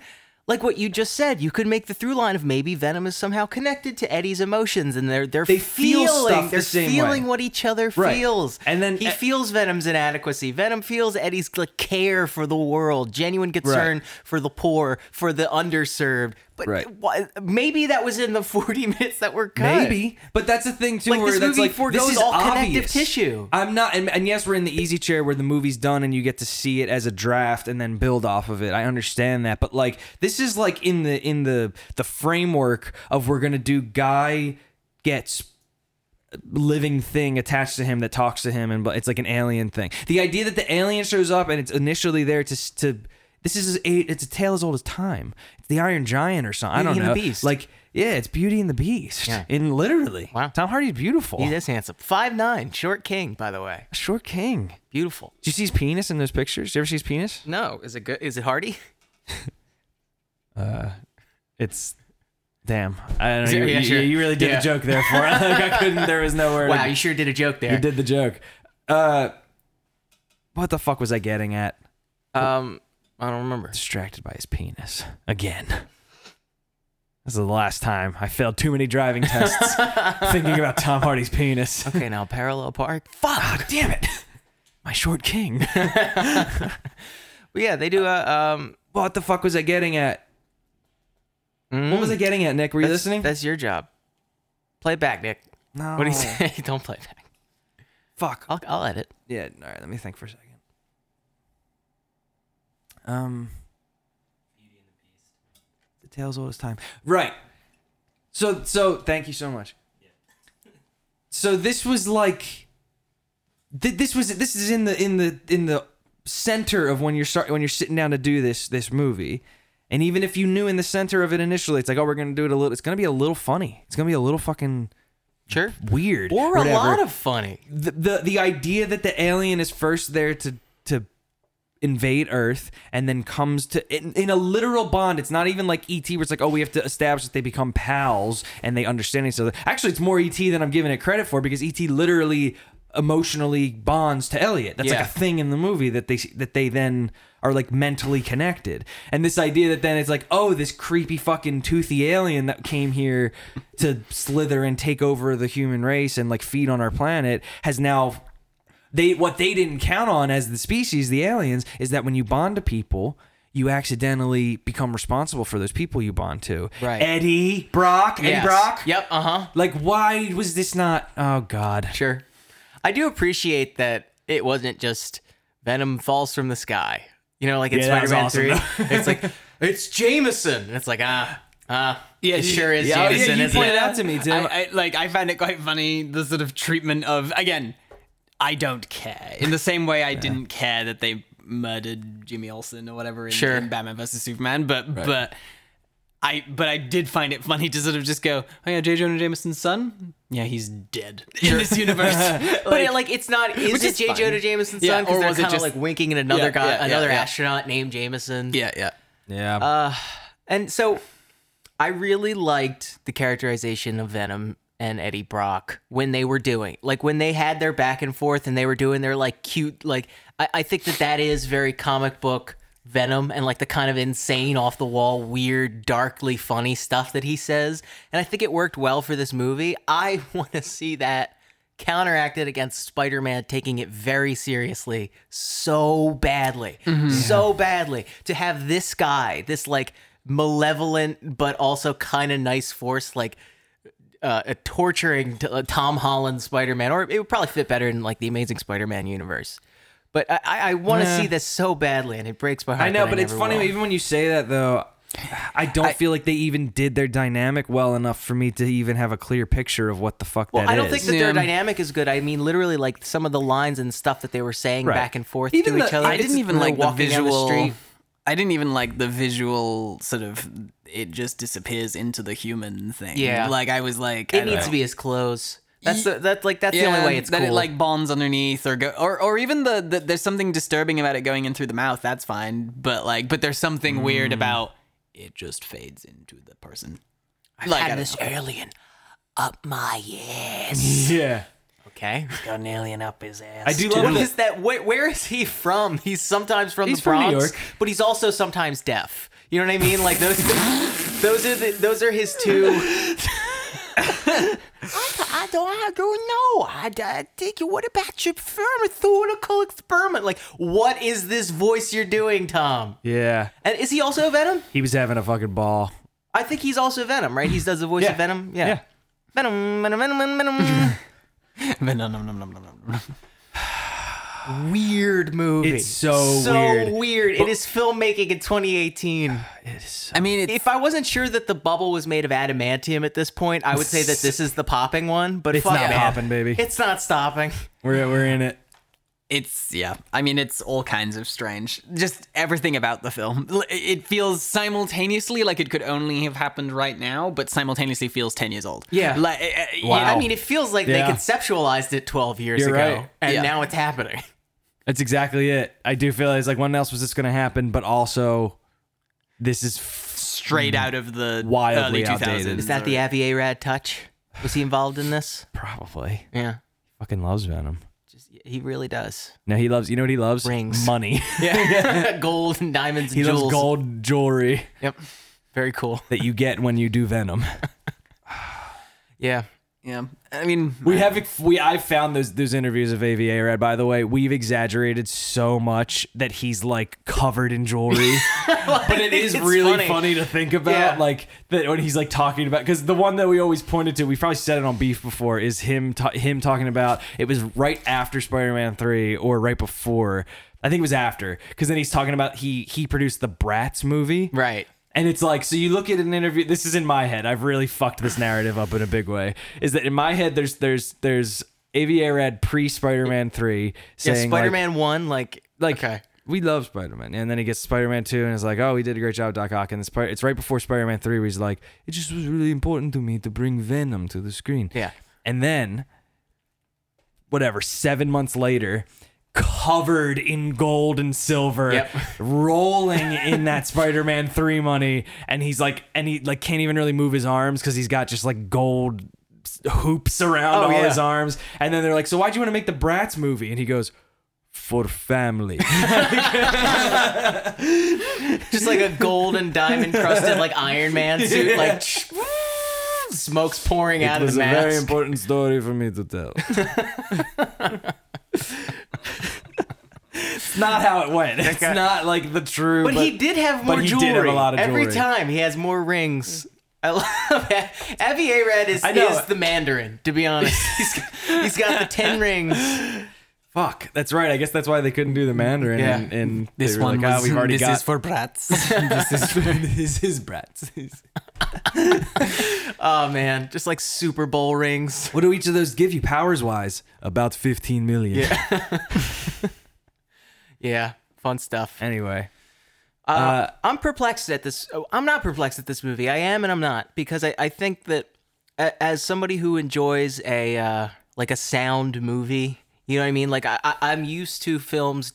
Speaker 3: like what you just said, you could make the through line of maybe Venom is somehow connected to Eddie's emotions and they're they're
Speaker 2: They feel
Speaker 3: feeling
Speaker 2: stuff the
Speaker 3: they're
Speaker 2: same
Speaker 3: feeling
Speaker 2: way.
Speaker 3: what each other
Speaker 2: Right.
Speaker 3: feels.
Speaker 2: And then- E-
Speaker 3: he feels Venom's inadequacy. Venom feels Eddie's like, care for the world, genuine concern for the poor, for the underserved. But
Speaker 2: Right.
Speaker 3: why- maybe that was in the 40 minutes that were cut.
Speaker 2: Maybe, but that's the thing too.
Speaker 3: Like,
Speaker 2: where
Speaker 3: this
Speaker 2: that's
Speaker 3: movie
Speaker 2: like
Speaker 3: forgoes
Speaker 2: this is
Speaker 3: all
Speaker 2: obvious.
Speaker 3: connective tissue.
Speaker 2: I'm not, and, and yes, we're in the easy chair where the movie's done and you get to see it as a draft and then build off of it. I understand that, but like this is like in the in the the framework of we're gonna do guy gets living thing attached to him that talks to him and but it's like an alien thing. The idea that the alien shows up and it's initially there to s- to this is a it's a tale as old as time. It's the Iron Giant or something. I
Speaker 3: Beauty
Speaker 2: don't
Speaker 3: and
Speaker 2: know.
Speaker 3: the Beast.
Speaker 2: Like yeah, it's Beauty and the Beast.
Speaker 3: Yeah.
Speaker 2: In literally.
Speaker 3: Wow.
Speaker 2: Tom Hardy's beautiful.
Speaker 3: He is handsome. Five nine, short king, by the way.
Speaker 2: Short king. Do
Speaker 3: Beautiful.
Speaker 2: you see his penis in those pictures? Do you ever see his penis?
Speaker 3: No, is it good? Is it Hardy?
Speaker 2: Uh, It's Damn, I don't know. You,
Speaker 3: Yeah,
Speaker 2: you-
Speaker 3: sure.
Speaker 2: you really did
Speaker 1: Yeah.
Speaker 2: the joke there for it. like I couldn't. There was nowhere.
Speaker 3: Wow,
Speaker 2: to,
Speaker 3: you sure did a joke there.
Speaker 2: you did the joke. Uh, what the fuck was I getting at?
Speaker 3: Um, I don't remember.
Speaker 2: Distracted by his penis again. This is the last time I failed too many driving tests thinking about Tom Hardy's penis.
Speaker 3: Okay, now parallel park.
Speaker 2: Fuck! Damn it! My short king.
Speaker 3: But yeah, they do a um.
Speaker 2: what the fuck was I getting at? What was I getting at, Nick? Were you
Speaker 3: Mm. that's-
Speaker 2: listening? Oh.
Speaker 3: That's your job. Play it back, Nick.
Speaker 2: no.
Speaker 3: What do you say? don't play it back.
Speaker 2: Fuck.
Speaker 3: I'll I'll edit.
Speaker 2: Yeah. All right. Let me think for a second. Um. The tale's oldest time. Right. So so thank you so much. So this was like. Th- this was this is in the in the in the center of when you're start when you're sitting down to do this this movie. And even if you knew in the center of it initially, it's like, oh, we're gonna do it a little. It's gonna be a little funny. It's gonna be a little fucking
Speaker 3: Sure.
Speaker 2: weird
Speaker 3: Or a
Speaker 2: whatever
Speaker 3: lot of funny.
Speaker 2: the the the idea that the alien is first there to to invade Earth and then comes to in, in a literal bond. It's not even like ET where it's like, oh, we have to establish that they become pals and they understand each other. Actually, it's more ET than I'm giving it credit for because ET literally emotionally bonds to Elliot. That's like
Speaker 1: Yeah.
Speaker 2: a thing in the movie that they that they then are like mentally connected. And this idea that then it's like, oh, this creepy fucking toothy alien that came here to slither and take over the human race and like feed on our planet has now they what they didn't count on as the species, the aliens, is that when you bond to people, you accidentally become responsible for those people you bond to.
Speaker 3: Right.
Speaker 2: Eddie, Brock, Eddie
Speaker 3: Yes.
Speaker 2: Brock.
Speaker 3: Yep. Uh huh.
Speaker 2: Like, why was this not? Oh God.
Speaker 3: Sure. I do appreciate that it wasn't just Venom falls from the sky. You know, like in
Speaker 2: Yeah, that was
Speaker 3: Spider-Man
Speaker 2: awesome,
Speaker 3: 3. it's like, it's Jameson. And it's like, ah, ah. Yeah, it
Speaker 1: you-
Speaker 3: sure is
Speaker 1: yeah,
Speaker 3: Jameson,
Speaker 2: you
Speaker 3: isn't
Speaker 2: pointed
Speaker 3: it?
Speaker 2: out to me, Tim.
Speaker 1: I, I, like I found it quite funny the sort of treatment of again, I don't care. In the same way, I didn't care that they murdered Jimmy Olsen or whatever in,
Speaker 3: Sure.
Speaker 1: in Batman versus Superman, but but. I, but I did find it funny to sort of just go, oh yeah, J. Jonah Jameson's son? Yeah, he's dead in this universe.
Speaker 3: but
Speaker 1: Like-
Speaker 3: it, like, it's not, is it
Speaker 1: is
Speaker 3: J.
Speaker 1: fine.
Speaker 3: Jonah Jameson's
Speaker 1: Yeah,
Speaker 3: son? Because
Speaker 1: or
Speaker 3: they're
Speaker 1: was it
Speaker 3: kind of
Speaker 1: just-
Speaker 3: like winking at another
Speaker 1: Yeah,
Speaker 3: guy,
Speaker 1: yeah, yeah,
Speaker 3: another
Speaker 1: yeah.
Speaker 3: astronaut named Jameson.
Speaker 1: yeah, yeah.
Speaker 2: Yeah.
Speaker 3: And so I really liked the characterization of Venom and Eddie Brock when they were doing, like when they had their back and forth and they were doing their like cute, like, I, I think that that is very comic book Venom and like the kind of insane, off the wall, weird, darkly funny stuff that he says. And I think it worked well for this movie. I want to see that counteracted against Spider-Man taking it very seriously so badly.
Speaker 2: Mm-hmm.
Speaker 3: So badly to have this guy, this like malevolent but also kind of nice force like uh, a torturing t- uh, Tom Holland Spider-Man or it would probably fit better in like the Amazing Spider-Man universe. But I, I, I want to see this so badly, and it breaks my heart.
Speaker 2: I know,
Speaker 3: that
Speaker 2: but it's
Speaker 3: never
Speaker 2: funny
Speaker 3: will.
Speaker 2: even when you say that though. I don't feel like they even did their dynamic well enough for me to even have a clear picture of what the fuck that is.
Speaker 3: I don't think that their
Speaker 1: Yeah.
Speaker 3: dynamic is good. I mean, literally, like some of the lines and stuff that they were saying
Speaker 2: Right.
Speaker 3: back and forth
Speaker 2: Even
Speaker 3: to
Speaker 2: the-
Speaker 3: each other.
Speaker 1: I didn't even
Speaker 3: They're
Speaker 1: like the
Speaker 3: walking down
Speaker 1: visual.
Speaker 3: street.
Speaker 1: I didn't even like the visual sort of. It just disappears into the human thing.
Speaker 3: Yeah.
Speaker 1: like I was like, I
Speaker 3: It
Speaker 1: don't
Speaker 3: needs
Speaker 1: know.
Speaker 3: to be as close. That's
Speaker 1: Ye-
Speaker 3: the, that like that's the only way it's
Speaker 1: that
Speaker 3: cool.
Speaker 1: it like bonds underneath or go or or even the, the there's something disturbing about it going in through the mouth. That's fine, but like, but there's something
Speaker 3: Mm.
Speaker 1: weird about it. Just fades into the person. like, I
Speaker 3: had
Speaker 1: don't
Speaker 3: this
Speaker 1: know.
Speaker 3: alien up my ass.
Speaker 2: Yeah.
Speaker 3: Okay, got Mm. an alien up his ass.
Speaker 2: I do love
Speaker 3: What
Speaker 2: that-
Speaker 3: is that? Where, where is he from? He's sometimes from
Speaker 2: He's
Speaker 3: the
Speaker 2: from
Speaker 3: Bronx,
Speaker 2: New York.
Speaker 3: but he's also sometimes deaf. You know what I mean? Like those, those are the, those are his two. I don't, I don't know. I, I think. What about your pharmaceutical experiment? Like, what is this voice you're doing, Tom?
Speaker 2: Yeah.
Speaker 3: And is he also Venom?
Speaker 2: He was having a fucking ball.
Speaker 3: I think he's also Venom, right? He does the voice
Speaker 2: Yeah.
Speaker 3: of Venom. Yeah.
Speaker 2: Yeah.
Speaker 3: Venom, Venom, Venom, Venom, Venom.
Speaker 1: But no, no, no, no, no, no, no.
Speaker 3: weird movie.
Speaker 2: It's so
Speaker 3: so
Speaker 2: weird.
Speaker 3: it is filmmaking in 2018.
Speaker 1: I mean, it's,
Speaker 3: If I wasn't sure that the bubble was made of adamantium at this point, I would say that this is the popping one. But
Speaker 2: It's
Speaker 3: fuck,
Speaker 2: not
Speaker 3: man.
Speaker 2: popping, baby.
Speaker 3: It's not stopping.
Speaker 2: We're we're in it.
Speaker 1: it's yeah. I mean, it's all kinds of strange. Just everything about the film. L- It feels simultaneously like it could only have happened right now, but simultaneously feels ten years old.
Speaker 3: Yeah.
Speaker 1: Like, uh, uh,
Speaker 2: Wow.
Speaker 3: I mean, it feels like
Speaker 2: Yeah.
Speaker 3: they conceptualized it 12 years
Speaker 2: You're
Speaker 3: ago,
Speaker 2: right.
Speaker 3: and
Speaker 1: Yeah.
Speaker 3: now it's happening.
Speaker 2: That's exactly it. I do feel like it's like when else was this going to happen, but also this is f-
Speaker 1: straight out of the
Speaker 2: Wildly
Speaker 1: early 2000s.
Speaker 2: outdated.
Speaker 3: mm. Is that the Avier Rad touch? Was he involved in this?
Speaker 2: Probably.
Speaker 3: Yeah,
Speaker 2: Fucking loves Venom.
Speaker 3: just he really does.
Speaker 2: No, he loves. You know what he loves?
Speaker 3: Rings.
Speaker 2: Money.
Speaker 3: Yeah, gold and diamonds.
Speaker 2: he
Speaker 3: and jewels.
Speaker 2: loves gold jewelry
Speaker 3: Yep, very cool.
Speaker 2: that you get when you do Venom.
Speaker 3: Yeah,
Speaker 1: Yeah. I mean,
Speaker 2: We have we I found those those interviews of AVA Red. By the way, we've exaggerated so much that he's like covered in jewelry, but it is
Speaker 3: It's
Speaker 2: really funny.
Speaker 3: funny.
Speaker 2: to think about.
Speaker 3: Yeah.
Speaker 2: Like that when he's like talking about because the one that we always pointed to, we probably said it on Beef before, is him ta- him talking about it was right after Spider Man Three or right before. I think it was after because then he's talking about he he produced the Bratz movie,
Speaker 3: right.
Speaker 2: and it's like, so you look at an interview. This is in my head. I've really fucked this narrative up in a big way. Is that in my head? There's there's there's AVA Red pre Spider Man three
Speaker 3: Yeah,
Speaker 2: saying like-
Speaker 3: Spider Man One, like,
Speaker 2: like
Speaker 3: okay,
Speaker 2: we love Spider Man, and then he gets Spider Man two, and it's like, oh, we did a great job, Doc Ock. And it's, pri- it's right before Spider Man three, where he's like, it just was really important to me to bring Venom to the screen.
Speaker 3: Yeah.
Speaker 2: and then whatever, seven months later. Covered in gold and silver,
Speaker 3: Yep.
Speaker 2: rolling in that Spider-Man three money, and he's like, and he like can't even really move his arms because he's got just like gold s- hoops around
Speaker 3: Oh,
Speaker 2: all
Speaker 3: yeah.
Speaker 2: his arms. And then they're like, so why'd you want to make the Bratz movie? And he goes, for family.
Speaker 3: just like a gold and diamond crusted like Iron Man suit, like smoke's pouring out
Speaker 2: It
Speaker 3: of
Speaker 2: was
Speaker 3: the
Speaker 2: a
Speaker 3: mask.
Speaker 2: very important story for me to tell. it's not how it went. It's not like the true.
Speaker 3: But, he did have more
Speaker 2: but he did
Speaker 3: jewelry.
Speaker 2: have a lot of
Speaker 3: Every
Speaker 2: jewelry.
Speaker 3: time he has more rings. I love that. Avi Arad is,
Speaker 2: I know.
Speaker 3: is the Mandarin, to be honest. he's, he's got the 10 rings.
Speaker 2: Fuck. That's right. I guess that's why they couldn't do the Mandarin.
Speaker 3: Yeah.
Speaker 2: And, and they
Speaker 1: this
Speaker 2: were
Speaker 1: one
Speaker 2: like, "Ah,
Speaker 1: was,
Speaker 2: we've already
Speaker 1: this
Speaker 2: got.
Speaker 1: is for brats.
Speaker 2: this is for this is brats.
Speaker 3: Oh, man. Just like Super Bowl rings.
Speaker 2: what do each of those give you powers wise? About fifteen million.
Speaker 3: Yeah. Yeah. Fun stuff.
Speaker 2: Anyway.
Speaker 3: Uh, I'm perplexed at this. oh, I'm not perplexed at this movie. I am and I'm not because I, I think that a, as somebody who enjoys a uh, like a sound movie, you know what I mean. Like I, I, I'm used to films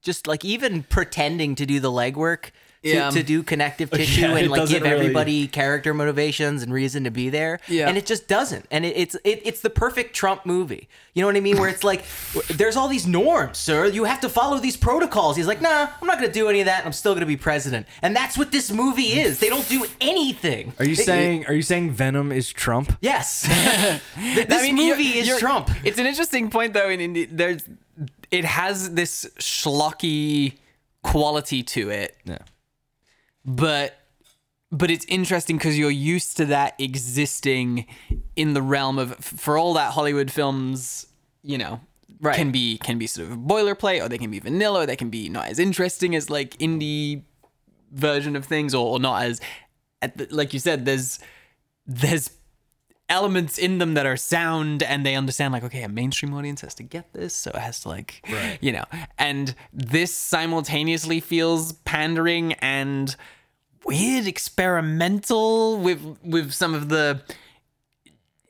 Speaker 3: just like even pretending to do the legwork to,
Speaker 1: Yeah.
Speaker 3: to do connective tissue
Speaker 2: Yeah, it
Speaker 3: and like
Speaker 2: doesn't
Speaker 3: give
Speaker 2: really-
Speaker 3: everybody character motivations and reason to be there.
Speaker 1: Yeah.
Speaker 3: and it just doesn't. And it, it's it, it's the perfect Trump movie. You know what I mean? Where it's like there's all these norms, sir. You have to follow these protocols. He's like, nah, I'm not gonna do any of that. I'm still gonna be president. And that's what this movie is. They don't do anything.
Speaker 2: Are you
Speaker 3: They-
Speaker 2: saying are you saying Venom is Trump?
Speaker 3: yes? this
Speaker 1: I mean,
Speaker 3: movie
Speaker 1: you're-
Speaker 3: is
Speaker 1: you're-
Speaker 3: Trump.
Speaker 1: It's an interesting point, though. In, in there's, it has this schlocky quality to it,
Speaker 2: Yeah.
Speaker 1: but but it's interesting because you're used to that existing in the realm of for all that Hollywood films, you know.
Speaker 3: Right.
Speaker 1: Can be can be sort of boilerplate, or they can be vanilla, or they can be not as interesting as like indie version of things, or, or not as, at the, like you said, there's there's elements in them that are sound and they understand like okay a mainstream audience has to get this so it has to like you know and this simultaneously feels pandering and weird experimental with with some of the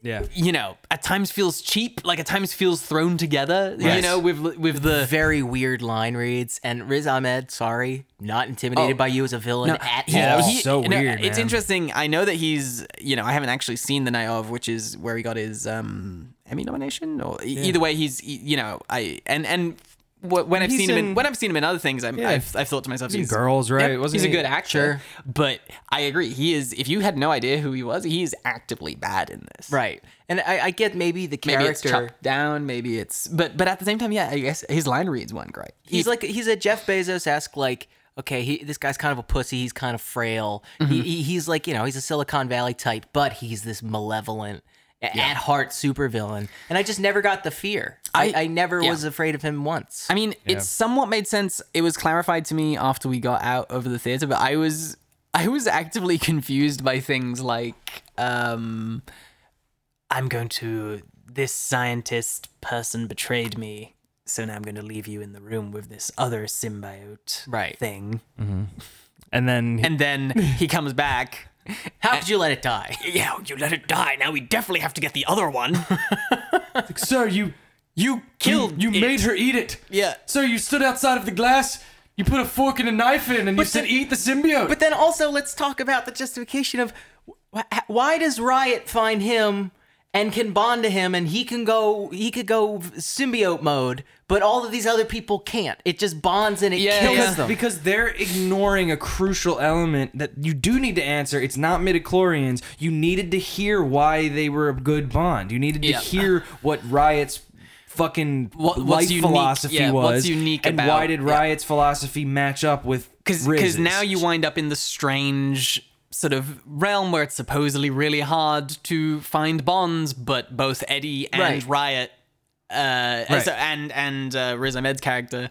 Speaker 2: Yeah.
Speaker 1: you know at times feels cheap like at times feels thrown together you
Speaker 3: Yes.
Speaker 1: know with with the
Speaker 3: Very weird line reads. And Riz Ahmed, sorry, not intimidated
Speaker 1: Oh.
Speaker 3: by you as a villain at
Speaker 1: he-
Speaker 3: all.
Speaker 2: was
Speaker 1: he-
Speaker 2: so weird,
Speaker 1: It's
Speaker 2: man.
Speaker 1: interesting. I know that he's, you know, I haven't actually seen the night of, which is where he got his um, Emmy nomination. Or e- either way, he's, e- you know, I and and wh- when I've
Speaker 2: He's
Speaker 1: seen him in,
Speaker 2: in-
Speaker 1: when I've seen him in other things, I'm,
Speaker 2: Yeah.
Speaker 1: I've, I've thought to myself,
Speaker 2: in
Speaker 1: he's
Speaker 2: Girls, right? Wasn't
Speaker 1: he's a
Speaker 2: he-
Speaker 1: good actor, but I agree. He is. If you had no idea who he was, he is actively bad in this.
Speaker 3: Right. And I, I get maybe the
Speaker 1: Maybe
Speaker 3: character.
Speaker 1: it's chopped down. Maybe it's. But but at the same time, yeah, I guess his line reads one great.
Speaker 3: he's like he's a Jeff Bezos esque like okay he this guy's kind of a pussy he's kind of frail
Speaker 1: Mm-hmm.
Speaker 3: he, he he's like you know he's a Silicon Valley type but he's this malevolent a- at heart supervillain and I just never got the fear I, I,
Speaker 1: I-
Speaker 3: never
Speaker 1: yeah.
Speaker 3: was afraid of him once
Speaker 1: I mean, it somewhat made sense. It was clarified to me after we got out of the theater, but I was I was actively confused by things like um I'm going to this scientist person betrayed me, so now I'm going to leave you in the room with this other symbiote
Speaker 3: Right.
Speaker 1: thing.
Speaker 2: And then
Speaker 1: And then he comes back.
Speaker 3: how could you let it die
Speaker 1: Yeah, you let it die. Now we definitely have to get the other one.
Speaker 2: Sir, you
Speaker 1: you
Speaker 2: you,
Speaker 1: killed
Speaker 2: you
Speaker 1: it.
Speaker 2: made her eat it.
Speaker 1: Yeah.
Speaker 2: Sir, you stood outside of the glass. You put a fork and a knife in, and you
Speaker 3: But
Speaker 2: said
Speaker 3: the-
Speaker 2: eat the symbiote.
Speaker 3: But then also, let's talk about the justification of wh- wh- why does Riot find him and can bond to him, and he can go, he could go symbiote mode, but all of these other people can't. It just bonds and it
Speaker 1: Yeah,
Speaker 3: kills
Speaker 1: yeah.
Speaker 3: them.
Speaker 2: because they're ignoring a crucial element that you do need to answer. It's not midichlorians. You needed to hear why they were a good bond. You needed to
Speaker 1: Yeah.
Speaker 2: hear what Riot's fucking
Speaker 1: What- what's
Speaker 2: life
Speaker 1: unique-
Speaker 2: philosophy
Speaker 1: yeah,
Speaker 2: was.
Speaker 1: what's unique
Speaker 2: and
Speaker 1: about-
Speaker 2: why did
Speaker 1: yeah.
Speaker 2: Riot's philosophy match up with
Speaker 1: because
Speaker 2: Riz's?
Speaker 1: now you wind up in the strange sort of realm where it's supposedly really hard to find bonds, but both Eddie and
Speaker 3: Right.
Speaker 1: Riot, uh,
Speaker 2: Right.
Speaker 1: so- and and uh, Riz Ahmed's character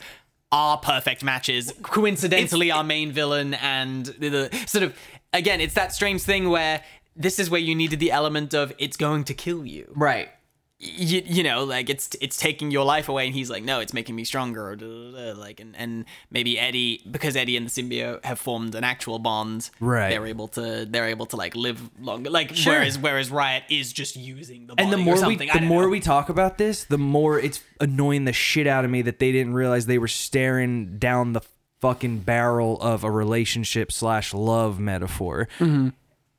Speaker 1: are perfect matches. Coincidentally, our main villain and the, the sort of again, it's that strange thing where this is where you needed the element of it's going to kill you
Speaker 3: right.
Speaker 1: you, you know like it's it's taking your life away and he's like no it's making me stronger or da, da, da, like and, and maybe eddie because eddie and the symbiote have formed an actual bond
Speaker 2: Right.
Speaker 1: they're able to they're able to like live longer like
Speaker 2: Sure.
Speaker 1: whereas whereas riot is just using the body
Speaker 2: And the
Speaker 1: or
Speaker 2: more we
Speaker 1: something
Speaker 2: the
Speaker 1: I don't
Speaker 2: more
Speaker 1: know.
Speaker 2: we talk about this, the more it's annoying the shit out of me that they didn't realize they were staring down the fucking barrel of a relationship slash love metaphor.
Speaker 1: Mm-hmm.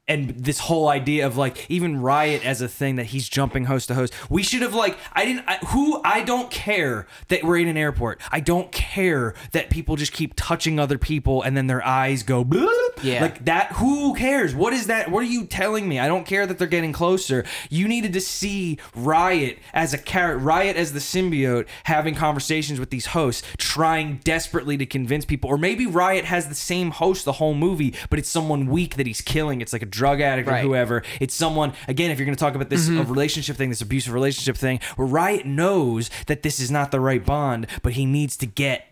Speaker 2: And this whole idea of like even riot as a thing that he's jumping host to host. We should have like I didn't I, who I don't care that we're in an airport. I don't care that people just keep touching other people and then their eyes go bloop.
Speaker 3: Yeah.
Speaker 2: Like that who cares what is that what are you telling me i don't care that they're getting closer you needed to see riot as a carrot riot as the symbiote having conversations with these hosts trying desperately to convince people or maybe riot has the same host the whole movie but it's someone weak that he's killing it's like a drug addict
Speaker 3: Right. Mm-hmm.
Speaker 2: or whoever it's someone again if you're going to talk about this uh, relationship thing this abusive relationship thing where riot knows that this is not the right bond but he needs to get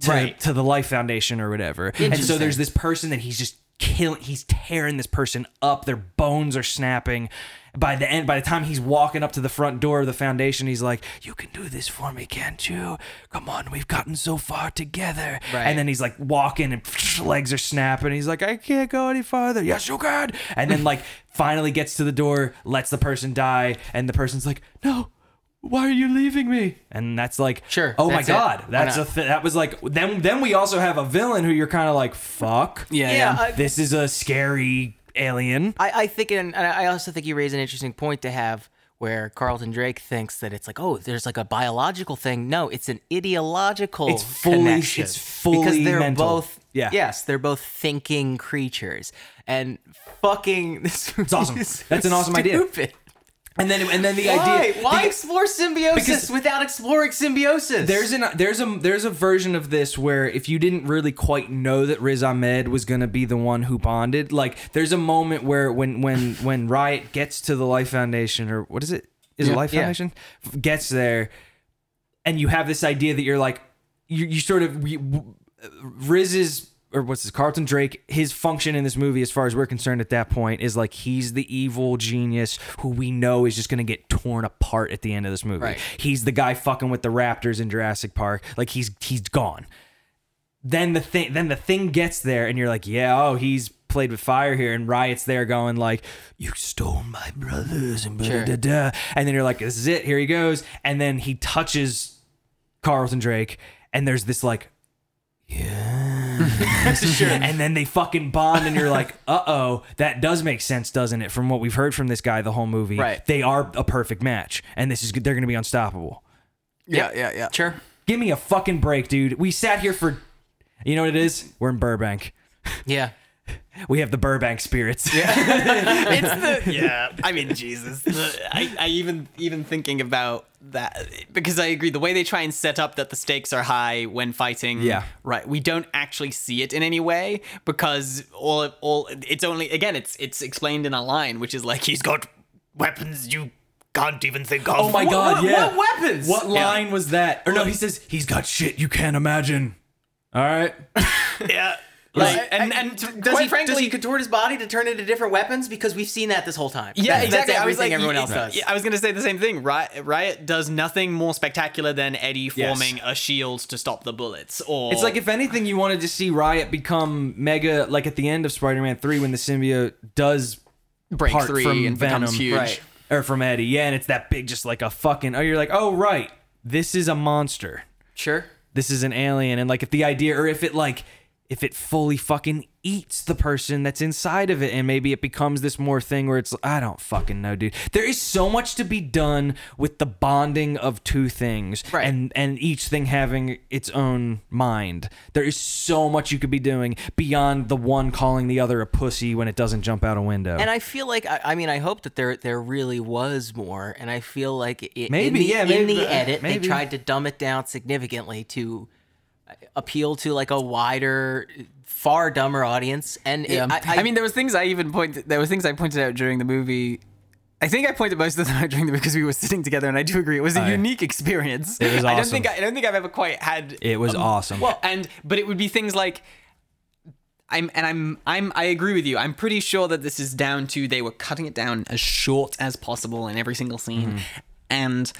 Speaker 2: to,
Speaker 3: Right.
Speaker 2: to the life foundation or whatever and so
Speaker 3: Interesting.
Speaker 2: there's this person that he's just killing he's tearing this person up their bones are snapping by the end by the time he's walking up to the front door of the foundation he's like you can do this for me can't you come on we've gotten so far together
Speaker 3: Right.
Speaker 2: and then he's like walking and legs are snapping he's like i can't go any farther yes you can and then like finally gets to the door lets the person die and the person's like no why are you leaving me and that's like
Speaker 3: Sure,
Speaker 2: oh my
Speaker 3: that's it.
Speaker 2: god
Speaker 3: Why
Speaker 2: that's
Speaker 3: not?
Speaker 2: a th- that was like then then we also have a villain who you're kind of like fuck
Speaker 1: yeah,
Speaker 3: Yeah, uh,
Speaker 1: yeah.
Speaker 3: I-
Speaker 2: this is a scary alien
Speaker 3: I, I think, and and I also think you raise an interesting point to have where Carlton Drake thinks that it's like, oh, there's like a biological thing. No, it's an ideological.
Speaker 2: It's fully-
Speaker 3: connection.
Speaker 2: it's fully
Speaker 3: because they're
Speaker 2: mental.
Speaker 3: both.
Speaker 2: Yeah.
Speaker 3: Yes, they're both thinking creatures, and fucking. This it's
Speaker 2: awesome. That's an awesome idea. and then and then the idea
Speaker 3: Why? Why
Speaker 2: the-
Speaker 3: explore symbiosis
Speaker 2: because-
Speaker 3: without exploring symbiosis?
Speaker 2: there's an there's a there's a version of this where if you didn't really quite know that Riz Ahmed was gonna be the one who bonded, like there's a moment where when when when Riot gets to the Life Foundation or what is it? Is it Life
Speaker 3: yeah.
Speaker 2: Foundation? F- Gets there, and you have this idea that you're like you you sort of you, Riz's or what's this Carlton Drake his function in this movie as far as we're concerned at that point is like he's the evil genius who we know is just going to get torn apart at the end of this movie.
Speaker 3: Right.
Speaker 2: He's the guy fucking with the raptors in Jurassic Park. Like he's he's gone. Then the thing then the thing gets there and you're like, "Yeah, oh, he's played with fire here." And Riot's there going like, "You stole my brothers." And blah,
Speaker 3: Sure.
Speaker 2: da, da. and then you're like, "This is it. Here he goes." And then he touches Carlton Drake and there's this like and then they fucking bond, and you're like, uh oh, that does make sense, doesn't it? From what we've heard from this guy the whole movie,
Speaker 3: Right.
Speaker 2: They are a perfect match, and this is they're gonna be unstoppable.
Speaker 1: yeah yeah yeah
Speaker 3: sure.
Speaker 2: Give me a fucking break, dude. We sat here for, you know what it is? We're in Burbank.
Speaker 3: Yeah.
Speaker 2: We have the Burbank spirits.
Speaker 1: it's the yeah. I mean, Jesus. The- I, I even even thinking about that because I agree. The way they try and set up that the stakes are high when fighting.
Speaker 2: Yeah.
Speaker 1: Right. We don't actually see it in any way because all all it's only again it's it's explained in a line which is like he's got weapons you can't even think of.
Speaker 2: Oh my god,
Speaker 3: what-
Speaker 2: yeah.
Speaker 3: what weapons?
Speaker 2: What
Speaker 1: Yeah.
Speaker 2: line was that? Or no, he says he's got shit you can't imagine. All right.
Speaker 1: Yeah. Like,
Speaker 3: Like,
Speaker 1: and
Speaker 3: I-
Speaker 1: and to-
Speaker 3: Does
Speaker 1: quite
Speaker 3: he,
Speaker 1: frankly,
Speaker 3: does he contort his body to turn into different weapons? Because we've seen that this whole time.
Speaker 1: Yeah,
Speaker 3: That's-
Speaker 1: exactly.
Speaker 3: That's
Speaker 1: I was
Speaker 3: everything
Speaker 1: like,
Speaker 3: everyone
Speaker 1: y-
Speaker 3: else
Speaker 1: y-
Speaker 3: does.
Speaker 1: yeah, I was gonna say the same thing. Riot, Riot does nothing more spectacular than Eddie forming a shield to stop the bullets. Or
Speaker 2: It's like if anything, you wanted to see Riot become mega, like at the end of Spider-Man Three when the symbiote does
Speaker 1: break
Speaker 2: part
Speaker 1: three
Speaker 2: from
Speaker 1: and
Speaker 2: Venom,
Speaker 1: becomes huge.
Speaker 3: Right.
Speaker 2: or from Eddie. Yeah, and it's that big, just like a fucking. Oh, you're like, oh right, this is a monster.
Speaker 3: Sure.
Speaker 2: this is an alien and like if the idea or if it like if it fully fucking eats the person that's inside of it and maybe it becomes this more thing where it's I don't fucking know dude there is so much to be done with the bonding of two things
Speaker 3: Right.
Speaker 2: and and each thing having its own mind there is so much you could be doing beyond the one calling the other a pussy when it doesn't jump out a window
Speaker 3: And I feel like I, I mean I hope that there there really was more, and I feel like i
Speaker 2: Maybe,
Speaker 3: in the,
Speaker 2: yeah,
Speaker 3: in
Speaker 2: maybe,
Speaker 3: the
Speaker 2: uh,
Speaker 3: edit
Speaker 2: maybe.
Speaker 3: they tried to dumb it down significantly to uh, appeal to like a wider, far dumber audience. And it-
Speaker 1: Yeah.
Speaker 3: I,
Speaker 1: I, mean, there was things I even pointed. There were things I pointed out during the movie. I think I pointed most of them out during the because we were sitting together, and I do agree it was a unique experience.
Speaker 2: It was
Speaker 1: I don't
Speaker 2: awesome.
Speaker 1: think I, I don't think I've ever quite had
Speaker 2: it was awesome
Speaker 1: Um, Well, and but it would be things like I'm and I'm I'm I agree with you. I'm pretty sure that this is down to they were cutting it down as short as possible in every single scene, and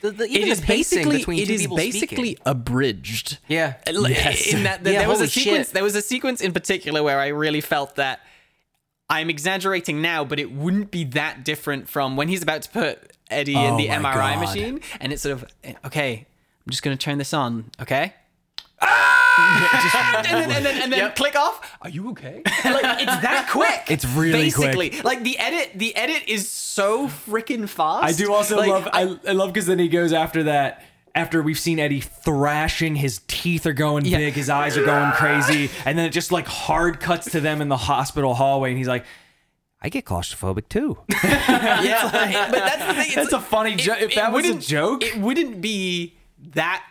Speaker 3: the, the,
Speaker 1: it
Speaker 3: Mm-hmm. even
Speaker 1: is
Speaker 3: the pacing
Speaker 1: basically
Speaker 3: between
Speaker 1: it
Speaker 3: two
Speaker 1: is
Speaker 3: people
Speaker 1: basically
Speaker 3: speaking.
Speaker 1: abridged. Uh,
Speaker 3: Yeah.
Speaker 1: L- In that there-
Speaker 3: Yeah,
Speaker 1: there was a
Speaker 3: holy shit.
Speaker 1: sequence. There was a sequence in particular where I really felt that I'm exaggerating now, but it wouldn't be that different from when he's about to put Eddie in
Speaker 2: Oh
Speaker 1: the
Speaker 2: my
Speaker 1: MRI
Speaker 2: God.
Speaker 1: machine, and it's sort of eh, okay. I'm just gonna turn this on, okay? and then, and then, and then click off. Are you okay? like it's that quick.
Speaker 2: It's really quick.
Speaker 1: basically like the edit. The edit is so freaking fast.
Speaker 2: I do also
Speaker 1: Like,
Speaker 2: love. I, I love because then he goes after that. After we've seen Eddie thrashing, his teeth are going
Speaker 1: Yeah.
Speaker 2: big, his eyes are going crazy, and then it just like hard cuts to them in the hospital hallway, and he's like, "I get claustrophobic too."
Speaker 1: yeah, but that's the thing. It's,
Speaker 2: That's a funny joke. If that was a
Speaker 1: wouldn't-
Speaker 2: joke,
Speaker 1: it wouldn't be that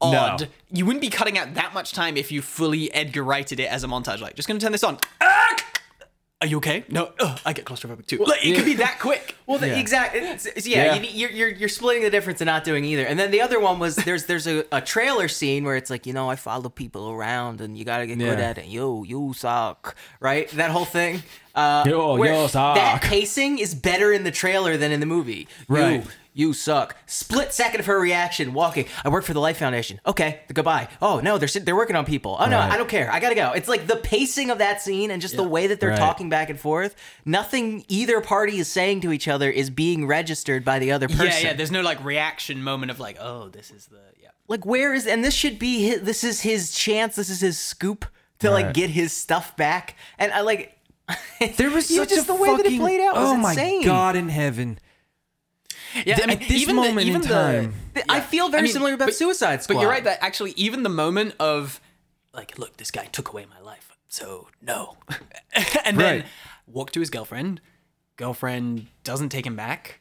Speaker 1: odd. You wouldn't be cutting out that much time if you fully Edgar Wrighted it as a montage. Like, just gonna turn this on. Ah! Are you okay? No, Ugh, I get claustrophobic too. Like, it could be that quick.
Speaker 3: Well, the, exact exactly. Yeah,
Speaker 2: Yeah.
Speaker 3: You, you're, you're you're splitting the difference and not doing either. And then the other one was there's there's a, a trailer scene where it's like you know I follow people around and you gotta get good
Speaker 2: Yeah.
Speaker 3: at it. Yo, you suck, right? That whole thing. Uh,
Speaker 2: Yo,
Speaker 3: where That
Speaker 2: yo, Oh, suck.
Speaker 3: pacing is better in the trailer than in the movie.
Speaker 2: Right.
Speaker 3: You, you suck. Split second of her reaction, walking. I work for the Life Foundation. Okay, goodbye. Oh no, they're sit- they're working on people. Oh no,
Speaker 2: Right.
Speaker 3: I don't care. I gotta go. It's like the pacing of that scene and just the way that they're
Speaker 2: Right.
Speaker 3: talking back and forth. Nothing either party is saying to each other is being registered by the other person.
Speaker 1: Yeah, yeah. There's no like reaction moment of like, oh, this is the yeah.
Speaker 3: like where is and this should be his, this is his chance. This is his scoop to like
Speaker 2: Right.
Speaker 3: get his stuff back. And I like
Speaker 2: there was
Speaker 3: you
Speaker 2: such
Speaker 3: just
Speaker 2: a
Speaker 3: the way that it
Speaker 2: fucking-
Speaker 3: played out was
Speaker 2: oh
Speaker 3: insane.
Speaker 2: my god in heaven!
Speaker 1: Yeah,
Speaker 2: Th- at this moment in time-
Speaker 3: Th- I feel very similar about Suicide
Speaker 1: But you're
Speaker 3: Squad.
Speaker 1: right that actually even the moment of like, look, this guy took away my life, so no, and then
Speaker 2: Right.
Speaker 1: walk to his girlfriend. Girlfriend doesn't take him back.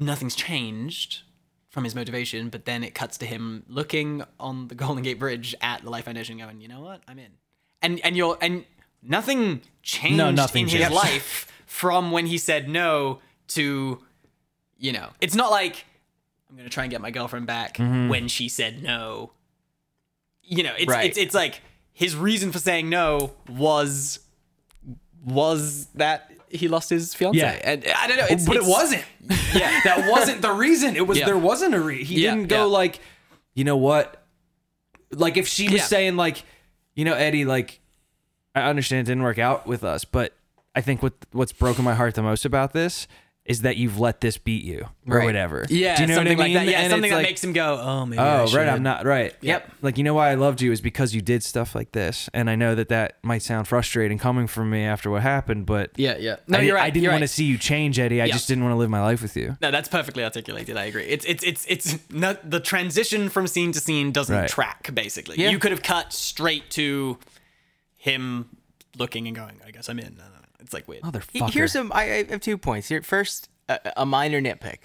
Speaker 1: Nothing's changed from his motivation, but then it cuts to him looking on the Golden Gate Bridge at the Life Foundation, going, "You know what? I'm in." And and you're and nothing changed
Speaker 2: nothing
Speaker 1: in his
Speaker 2: changed.
Speaker 1: life from when he said no to you know, it's not like I'm gonna try and get my girlfriend back
Speaker 2: Mm-hmm.
Speaker 1: when she said no. You know, it's
Speaker 3: Right.
Speaker 1: it's it's like his reason for saying no was was that he lost his fiance.
Speaker 2: Yeah.
Speaker 1: And I don't know, it's,
Speaker 2: but
Speaker 1: it's-
Speaker 2: it wasn't.
Speaker 1: Yeah.
Speaker 2: that wasn't the reason. It was
Speaker 1: Yeah.
Speaker 2: there wasn't a reason. He
Speaker 1: Yeah,
Speaker 2: didn't go
Speaker 1: yeah.
Speaker 2: like, you know what? Like if she was
Speaker 1: Yeah.
Speaker 2: saying like, you know, Eddie, like, I understand it didn't work out with us, but I think what what's broken my heart the most about this is that you've let this beat you or
Speaker 3: Right.
Speaker 2: whatever.
Speaker 1: Yeah,
Speaker 2: Do you know
Speaker 1: something
Speaker 2: what I mean?
Speaker 1: like that. Yeah,
Speaker 2: And
Speaker 1: something
Speaker 2: it's
Speaker 1: that
Speaker 2: like,
Speaker 1: makes him go, Oh maybe I
Speaker 2: Oh,
Speaker 1: should.
Speaker 2: right. I'm not right.
Speaker 1: Yep.
Speaker 2: Like, you know why I loved you is because you did stuff like this. And I know that that might sound frustrating coming from me after what happened, but
Speaker 1: Yeah, yeah. No,
Speaker 2: I, di-
Speaker 1: you're right.
Speaker 2: I didn't
Speaker 1: you're
Speaker 2: want
Speaker 1: right.
Speaker 2: to see you change, Eddie. I just didn't want to live my life with you.
Speaker 1: No, that's perfectly articulated. I agree. It's it's it's it's not the transition from scene to scene doesn't
Speaker 2: Right.
Speaker 1: track basically.
Speaker 3: Yeah.
Speaker 1: You could have cut straight to him looking and going, I guess I'm in. No, no, no. It's like
Speaker 2: Oh,
Speaker 1: weird.
Speaker 3: He- Here's some. I, I have two points here. First, a, a minor nitpick.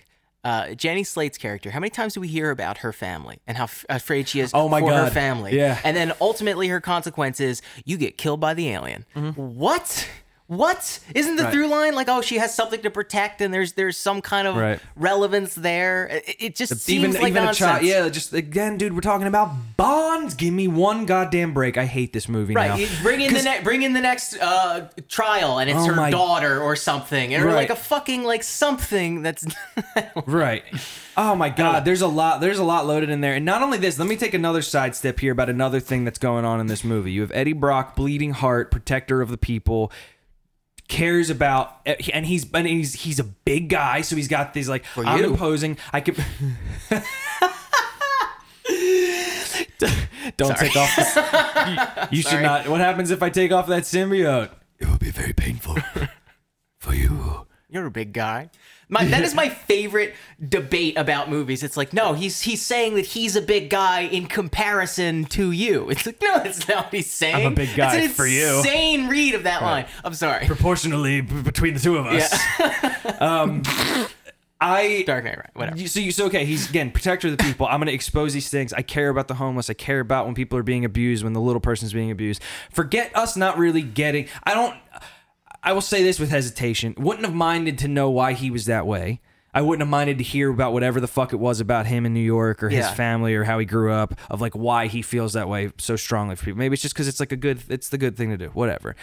Speaker 3: Uh, Jenny Slate's character. How many times do we hear about her family and how f- afraid she is
Speaker 2: Oh my
Speaker 3: for her
Speaker 2: God.
Speaker 3: family?
Speaker 2: Yeah.
Speaker 3: And then ultimately, her consequence is you get killed by the alien.
Speaker 2: Mm-hmm.
Speaker 3: What? What isn't the through line like? Oh, she has something to protect, and there's there's some kind of
Speaker 2: Right.
Speaker 3: relevance there. It, it just seems like nonsense.
Speaker 2: a child. Yeah, just again, dude, we're talking about bonds. Give me one goddamn break. I hate this movie now.
Speaker 3: Right, you bring in the ne- bring in the next uh, trial, and it's
Speaker 2: Oh
Speaker 3: her
Speaker 2: my-
Speaker 3: daughter or something, or like
Speaker 2: Right.
Speaker 3: a fucking like something that's
Speaker 2: right. Oh my god, there's a lot. There's a lot loaded in there, and not only this. Let me take another sidestep here about another thing that's going on in this movie. You have Eddie Brock, bleeding heart, protector of the people. cares about eh, and he's and he's he's a big guy so he's got these like I'm
Speaker 3: you.
Speaker 2: imposing I could Don't take off. This, you you should not. What happens if I take off that symbiote? It will be very painful for you.
Speaker 3: You're a big guy. My, that is my favorite debate about movies. It's like, no, he's he's saying that he's a big guy in comparison to you. It's like, no, that's not what he's saying.
Speaker 2: big
Speaker 3: It's
Speaker 2: guy
Speaker 3: an
Speaker 2: for you.
Speaker 3: Insane read of that line. I'm sorry.
Speaker 2: Proportionally b- between the two of us. um, I
Speaker 3: Dark Knight, right? Whatever.
Speaker 2: You- So you so okay. He's again protector of the people. I'm gonna expose these things. I care about the homeless. I care about when people are being abused. When the little person's being abused. Forget us not really getting. I don't. I will say this with hesitation. Wouldn't have minded to know why he was that way. I wouldn't have minded to hear about whatever the fuck it was about him in New York or his
Speaker 3: Yeah.
Speaker 2: family or how he grew up of like why he feels that way so strongly for people. Maybe it's just because it's like a good. It's the good thing to do. Whatever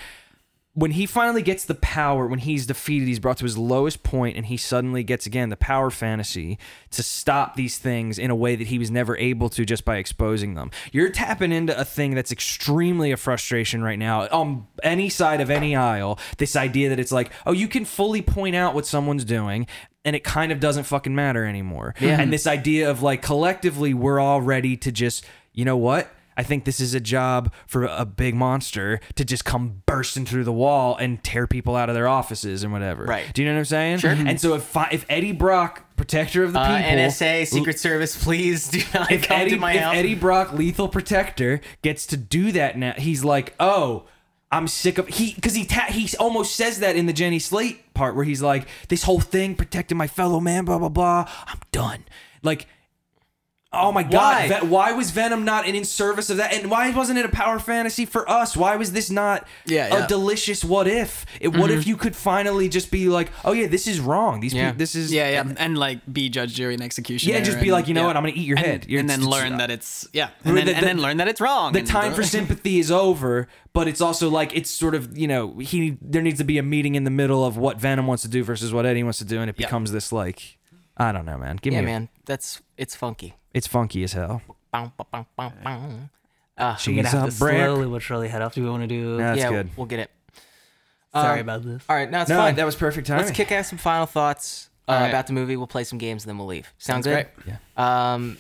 Speaker 2: when he finally gets the power, when he's defeated, he's brought to his lowest point, and he suddenly gets again the power fantasy to stop these things in a way that he was never able to just by exposing them. You're tapping into a thing that's extremely a frustration right now on any side of any aisle. This idea that it's like, oh, you can fully point out what someone's doing. And it kind of doesn't fucking matter anymore. And this idea of like collectively, we're all ready to just, you know what? I think this is a job for a big monster to just come bursting through the wall and tear people out of their offices and whatever.
Speaker 3: Right.
Speaker 2: Do you know what I'm saying? Sure. And so if fi- if Eddie Brock, protector of the
Speaker 3: Uh,
Speaker 2: people,
Speaker 3: NSA, Secret Service, please do not
Speaker 2: if
Speaker 3: come
Speaker 2: Eddie,
Speaker 3: to my
Speaker 2: if
Speaker 3: house.
Speaker 2: Eddie Brock, lethal protector, gets to do that now, he's like, oh. I'm sick of he because he ta- he almost says that in the Jenny Slate part where he's like this whole thing protecting my fellow man blah blah blah I'm done like oh my
Speaker 3: Why?
Speaker 2: god Ve- why was Venom not in, in service of that and why wasn't it a power fantasy for us why was this not
Speaker 1: Yeah,
Speaker 2: a
Speaker 1: yeah.
Speaker 2: delicious what if it, what if you could finally just be like oh yeah this is wrong these
Speaker 3: Mm-hmm. Yeah.
Speaker 2: people this is
Speaker 1: Yeah, yeah, and, like be judge, jury, and executioner.
Speaker 2: Yeah, just be
Speaker 1: and-
Speaker 2: like, you know
Speaker 1: yeah.
Speaker 2: what, I'm gonna eat your
Speaker 1: and,
Speaker 2: head. You're-
Speaker 1: and then
Speaker 2: it's-
Speaker 1: learn that it's yeah, and then,
Speaker 2: the-
Speaker 1: and then learn that it's wrong.
Speaker 2: the
Speaker 1: and
Speaker 2: time for sympathy is over, but it's also like it's sort of you know he there needs to be a meeting in the middle of what Venom wants to do versus what Eddie wants to do, and it becomes this like I don't know, man. Give
Speaker 3: yeah,
Speaker 2: me, a-
Speaker 3: man, that's it's funky.
Speaker 2: it's funky as hell.
Speaker 3: Bum, bum, bum, bum, bum. Uh,
Speaker 2: She's a brick.
Speaker 4: we'll surely head off. Do we want to do?
Speaker 2: That's
Speaker 3: yeah,
Speaker 2: good.
Speaker 3: we'll get it.
Speaker 4: Sorry
Speaker 3: Um,
Speaker 4: about this.
Speaker 3: All right, no, it's
Speaker 2: No,
Speaker 3: fine.
Speaker 2: that was perfect timing.
Speaker 3: Let's kick ass some final thoughts uh,
Speaker 1: right.
Speaker 3: about the movie. We'll play some games and then we'll leave. Sound
Speaker 1: Sounds
Speaker 3: good? Yeah. Um,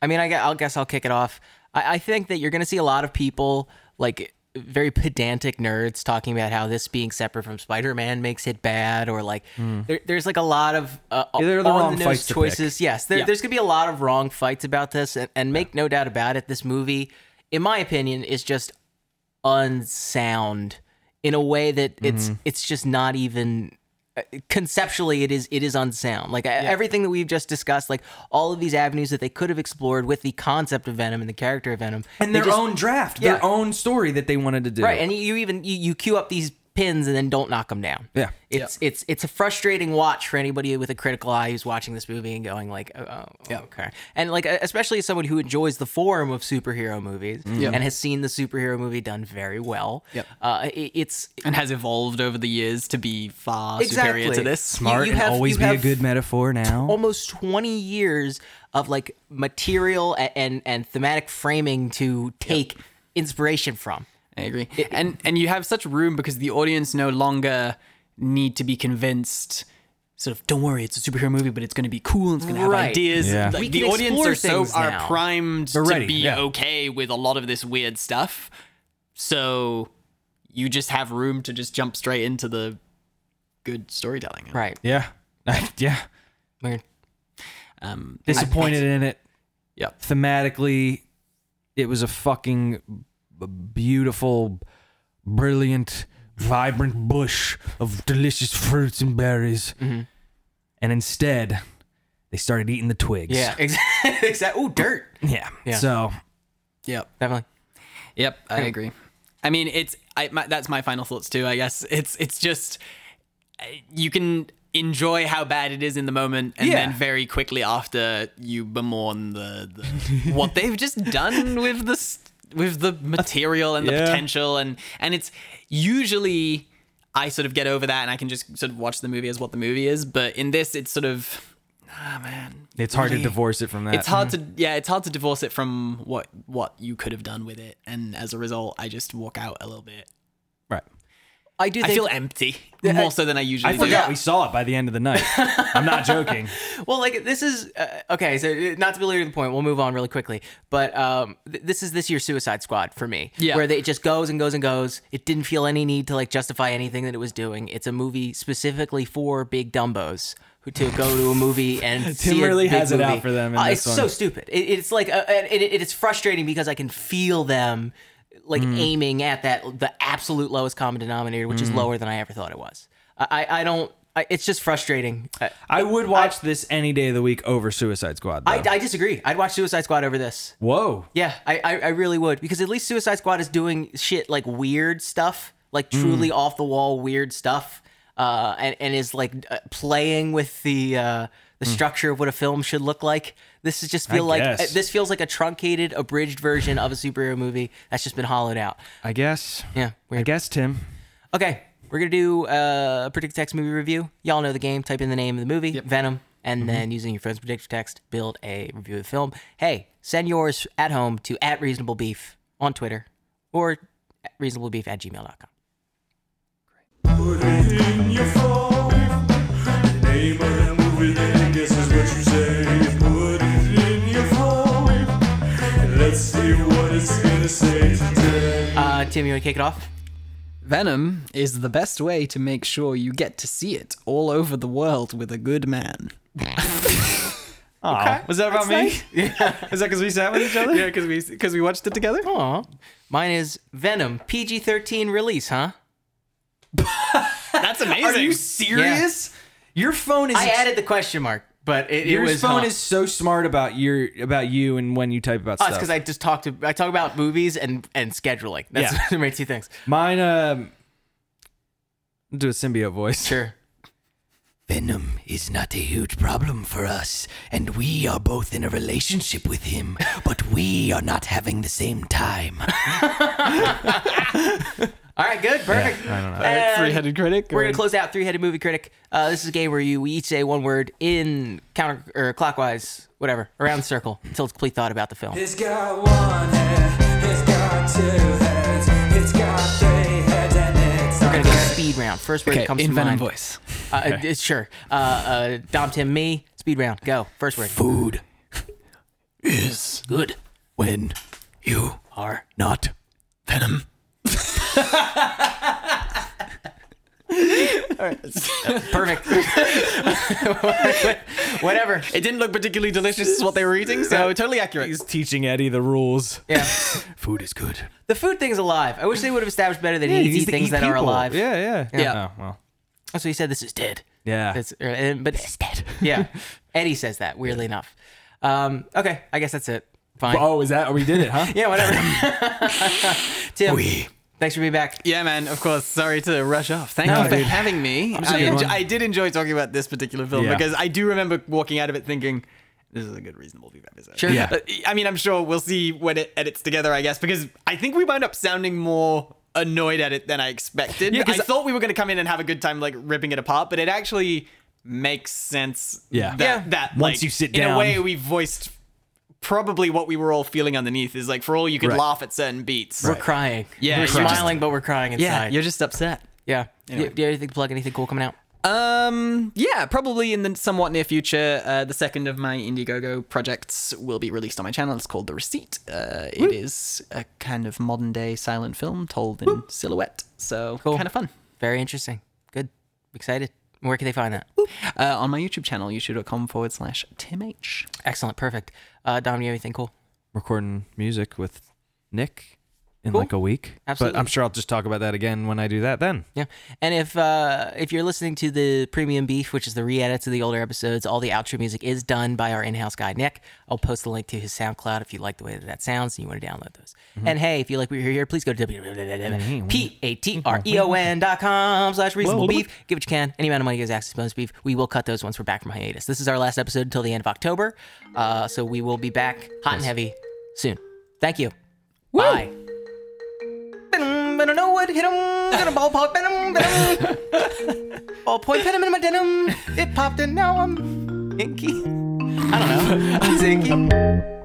Speaker 3: I mean, I guess, I'll guess I'll kick it off. I, I think that you're going to see a lot of people, like very pedantic nerds, talking about how this being separate from Spider-Man makes it bad, or like there, there's like a lot of uh,
Speaker 2: Hmm. they're the wrong
Speaker 3: on the
Speaker 2: fights
Speaker 3: nose
Speaker 2: to pick.
Speaker 3: choices. Yes, there,
Speaker 1: Yeah.
Speaker 3: there's going to be a lot of wrong fights about this, and, and make no doubt about it, this movie, in my opinion, is just unsound in a way that it's
Speaker 2: Mm-hmm.
Speaker 3: it's just not even uh, conceptually it is it is unsound like I everything that we've just discussed like all of these avenues that they could have explored with the concept of venom and the character of venom
Speaker 2: and
Speaker 3: they
Speaker 2: their
Speaker 3: just-
Speaker 2: own draft,
Speaker 3: Yeah.
Speaker 2: their own story that they wanted to do.
Speaker 3: right and you even you, you queue up these pins and then don't knock them down
Speaker 2: Yeah.
Speaker 3: it's it's it's a frustrating watch for anybody with a critical eye who's watching this movie and going like, oh, oh, okay, and like e, especially someone who enjoys the form of superhero movies and has seen the superhero movie done very well.
Speaker 1: Yep.
Speaker 3: Uh, it, it's
Speaker 1: and has evolved over the years to be far superior to
Speaker 3: Exactly.
Speaker 1: this.
Speaker 3: Smart you and have- always you be a have- Oh good
Speaker 2: metaphor now.
Speaker 3: almost 20 years of like material a- and and thematic framing to take inspiration from.
Speaker 1: I agree. and and you have such room because the audience no longer need to be convinced. Sort of, don't worry, it's a superhero movie, but it's going to be cool. And it's going to have
Speaker 3: Right.
Speaker 1: ideas.
Speaker 2: Yeah.
Speaker 1: Like,
Speaker 3: We
Speaker 1: the
Speaker 3: can
Speaker 1: audience
Speaker 3: explore
Speaker 1: are so
Speaker 3: things
Speaker 1: are
Speaker 3: now.
Speaker 1: primed
Speaker 2: They're
Speaker 1: to
Speaker 2: ready,
Speaker 1: be
Speaker 2: yeah.
Speaker 1: okay with a lot of this weird stuff. So you just have room to just jump straight into the good storytelling.
Speaker 3: Right.
Speaker 2: Yeah, yeah.
Speaker 3: Weird.
Speaker 1: Um,
Speaker 2: Disappointed in it.
Speaker 1: Yep.
Speaker 2: thematically it was a fucking b- beautiful brilliant vibrant bush of delicious fruits and berries and instead they started eating the twigs
Speaker 3: Yeah. Exactly. exactly. Ooh, dirt.
Speaker 2: yeah,
Speaker 3: Yeah.
Speaker 2: so
Speaker 1: Yep.
Speaker 3: Definitely.
Speaker 1: Yep, I agree. I mean, it's I my, that's my final thoughts too. I guess it's it's just uh, you can enjoy how bad it is in the moment, and
Speaker 2: Yeah.
Speaker 1: then very quickly after you bemoan the, the what they've just done with the st- with the material and the
Speaker 2: Yeah.
Speaker 1: potential, and and it's usually I sort of get over that, and I can just sort of watch the movie as what the movie is. But in this, it's sort of ah man,
Speaker 2: it's hard to
Speaker 1: really-
Speaker 2: divorce it from that
Speaker 1: it's hard to yeah, it's hard to divorce it from what what you could have done with it, and as a result, I just walk out a little bit.
Speaker 2: right
Speaker 3: I do
Speaker 1: I
Speaker 3: think
Speaker 1: feel empty more so than I usually
Speaker 2: I forgot
Speaker 1: do.
Speaker 2: we saw it by the end of the night. I'm not joking.
Speaker 3: well like this is uh, okay so uh, not to belabor the point we'll move on really quickly but um th- this is this year's suicide squad for me
Speaker 1: Yeah.
Speaker 3: where they, it just goes and goes and goes it didn't feel any need to like justify anything that it was doing it's a movie specifically for big dumbos who to go to a movie and see a
Speaker 2: really
Speaker 3: big
Speaker 2: has it out
Speaker 3: movie.
Speaker 2: for them in
Speaker 3: Uh,
Speaker 2: this
Speaker 3: it's
Speaker 2: one.
Speaker 3: so stupid it, it's like uh, and it, it, it's frustrating because i can feel them like
Speaker 2: Hmm.
Speaker 3: aiming at that the absolute lowest common denominator which is lower than i ever thought it was i i, I don't I, it's just frustrating I-
Speaker 2: I would watch this any day of the week over Suicide Squad. Though.
Speaker 3: I, I disagree. I'd watch Suicide Squad over this.
Speaker 2: Whoa.
Speaker 3: Yeah, I, I, I really would because at least Suicide Squad is doing shit like weird stuff, like truly off the wall weird stuff, uh, and and is like uh, playing with the uh, the structure of what a film should look like. This is just feel like uh,
Speaker 2: guess.
Speaker 3: this feels like a truncated, abridged version of a superhero movie that's just been hollowed out.
Speaker 2: I guess.
Speaker 3: Yeah,
Speaker 2: I
Speaker 3: weird.
Speaker 2: guess, Tim.
Speaker 3: Okay, we're gonna do uh, a predict text movie review. Y'all know the game. Type in the name of the movie, Venom, and
Speaker 2: Mm-hmm.
Speaker 3: then using your friend's predictor text, build a review of the film. Hey, send yours at home to at reasonable beef on Twitter or at reasonablebeef at gmail.com.
Speaker 5: in your phone. Name of the movie, then this is what you say. Put it in your phone. And let's see what it's gonna say today.
Speaker 3: Uh, Tim, you wanna kick it off?
Speaker 1: Venom is the best way to make sure you get to see it all over the world with a good man.
Speaker 2: Oh, was that about me? Yeah. Is that because we sat with each other?
Speaker 1: Yeah, because we because we watched it together.
Speaker 3: Aw. Mine is Venom PG 13 release, huh?
Speaker 1: That's amazing.
Speaker 2: Are you serious? Your phone is.
Speaker 3: I added the question mark, but it, it
Speaker 2: your
Speaker 3: was.
Speaker 2: phone
Speaker 3: huh.
Speaker 2: is so smart about your about you and when you type
Speaker 3: Oh,
Speaker 2: about
Speaker 3: it's
Speaker 2: stuff.
Speaker 3: because I just talked to I talk about movies and and scheduling. That's
Speaker 2: Yeah.
Speaker 3: my two things.
Speaker 2: Mine. Um, do a symbiote voice.
Speaker 3: Sure.
Speaker 6: Venom is not a huge problem for us, and we are both in a relationship with him, but we are not having the same time.
Speaker 3: All right, good, perfect. And-
Speaker 1: Three-headed critic.
Speaker 3: We're gonna close out three-headed movie critic. Uh, this is a game where you we each say one word in counter or clockwise, whatever, around the circle until it's complete thought about the film.
Speaker 5: It's got one head, it's got two heads, it's got three heads, and it's
Speaker 3: We're gonna go speed round. First word that
Speaker 1: okay,
Speaker 3: comes
Speaker 1: in
Speaker 3: to
Speaker 1: Venom
Speaker 3: mind.
Speaker 1: voice.
Speaker 3: Uh, uh, sure. Uh, uh, Dom, Tim, me. Speed round. Go. First word.
Speaker 6: Food is good when you are not Venom.
Speaker 3: Perfect. Whatever.
Speaker 1: It didn't look particularly delicious. Is what they were eating, so totally accurate.
Speaker 2: He's teaching Eddie the rules.
Speaker 3: Yeah.
Speaker 6: Food is good.
Speaker 3: The food thing's alive. I wish they would have established better that he
Speaker 2: He's
Speaker 3: needs to eat
Speaker 2: the
Speaker 3: things
Speaker 2: eat
Speaker 3: that are
Speaker 2: people.
Speaker 3: alive.
Speaker 2: Yeah, yeah,
Speaker 1: E Yeah.
Speaker 2: Oh, well,
Speaker 3: That's what he said. This is dead.
Speaker 2: yeah.
Speaker 3: That's uh, and- but this is dead. Yeah. Eddie says that. Weirdly enough. Um, okay. I guess that's it. Fine.
Speaker 2: oh, is that? We did it, huh?
Speaker 3: Yeah, whatever. Tim,
Speaker 6: We
Speaker 3: thanks for being back.
Speaker 1: Yeah, man. Of course. Sorry to rush off. Thank
Speaker 2: No,
Speaker 1: you for
Speaker 2: dude.
Speaker 1: having me.
Speaker 2: a
Speaker 1: I,
Speaker 2: good
Speaker 1: enj-
Speaker 2: one.
Speaker 1: I did enjoy talking about this particular film
Speaker 2: Yeah.
Speaker 1: because I do remember walking out of it thinking. This is a good reasonable beef episode.
Speaker 3: Sure. Yeah.
Speaker 1: Uh, I mean, I'm sure we'll see when it edits together, I guess, because I think we wound up sounding more annoyed at it than I expected.
Speaker 2: Yeah,
Speaker 1: because I
Speaker 2: 'cause-
Speaker 1: thought we were going to come in and have a good time, like ripping it apart, but it actually makes sense.
Speaker 2: Yeah.
Speaker 1: That,
Speaker 3: Yeah.
Speaker 1: that
Speaker 2: Once
Speaker 1: like,
Speaker 2: you sit
Speaker 1: in
Speaker 2: down.
Speaker 1: a way, we voiced probably what we were all feeling underneath is like, for all you could
Speaker 2: Right.
Speaker 1: laugh at certain beats.
Speaker 3: We're crying.
Speaker 1: Yeah,
Speaker 3: we're
Speaker 1: you're just-
Speaker 3: smiling, but we're crying inside.
Speaker 1: just upset.
Speaker 3: yeah. Do, you, do you have anything to plug? Anything cool coming out?
Speaker 1: Um, yeah, probably in the somewhat near future, uh, the second of my Indiegogo projects will be released on my channel. It's called The Receipt. Uh, it is a kind of modern day silent film told in silhouette, so kind of fun.
Speaker 3: Very interesting. Good. Excited. Where can they find that?
Speaker 1: Uh, on my YouTube channel, youtube.com forward slash Tim H.
Speaker 3: Excellent. Perfect. Uh, Dom, you have anything cool?
Speaker 2: Recording music with Nick in
Speaker 3: Cool.
Speaker 2: like a week.
Speaker 3: Absolutely.
Speaker 2: But I'm sure I'll just talk about that again when I do that. Then.
Speaker 3: Yeah. And if uh, if you're listening to the premium beef, which is the re-edits of the older episodes, all the outro music is done by our in-house guy Nick. I'll post the link to his SoundCloud if you like the way that that sounds and you want to download those. And hey, if you like what you're here, please go to E www.patreon.com slash reasonable beef. Give what you can. Any amount of money gives access to bonus beef. We will cut those once we're back from hiatus. This is our last episode until the end of October. Uh, so we will be back hot and heavy soon. Thank you. Bye. Venom, venom, no wood, hit him, gonna ballpark, venom, venom. Ballpoint venom in my denim. It popped and now I'm inky. I don't know. I'm inky.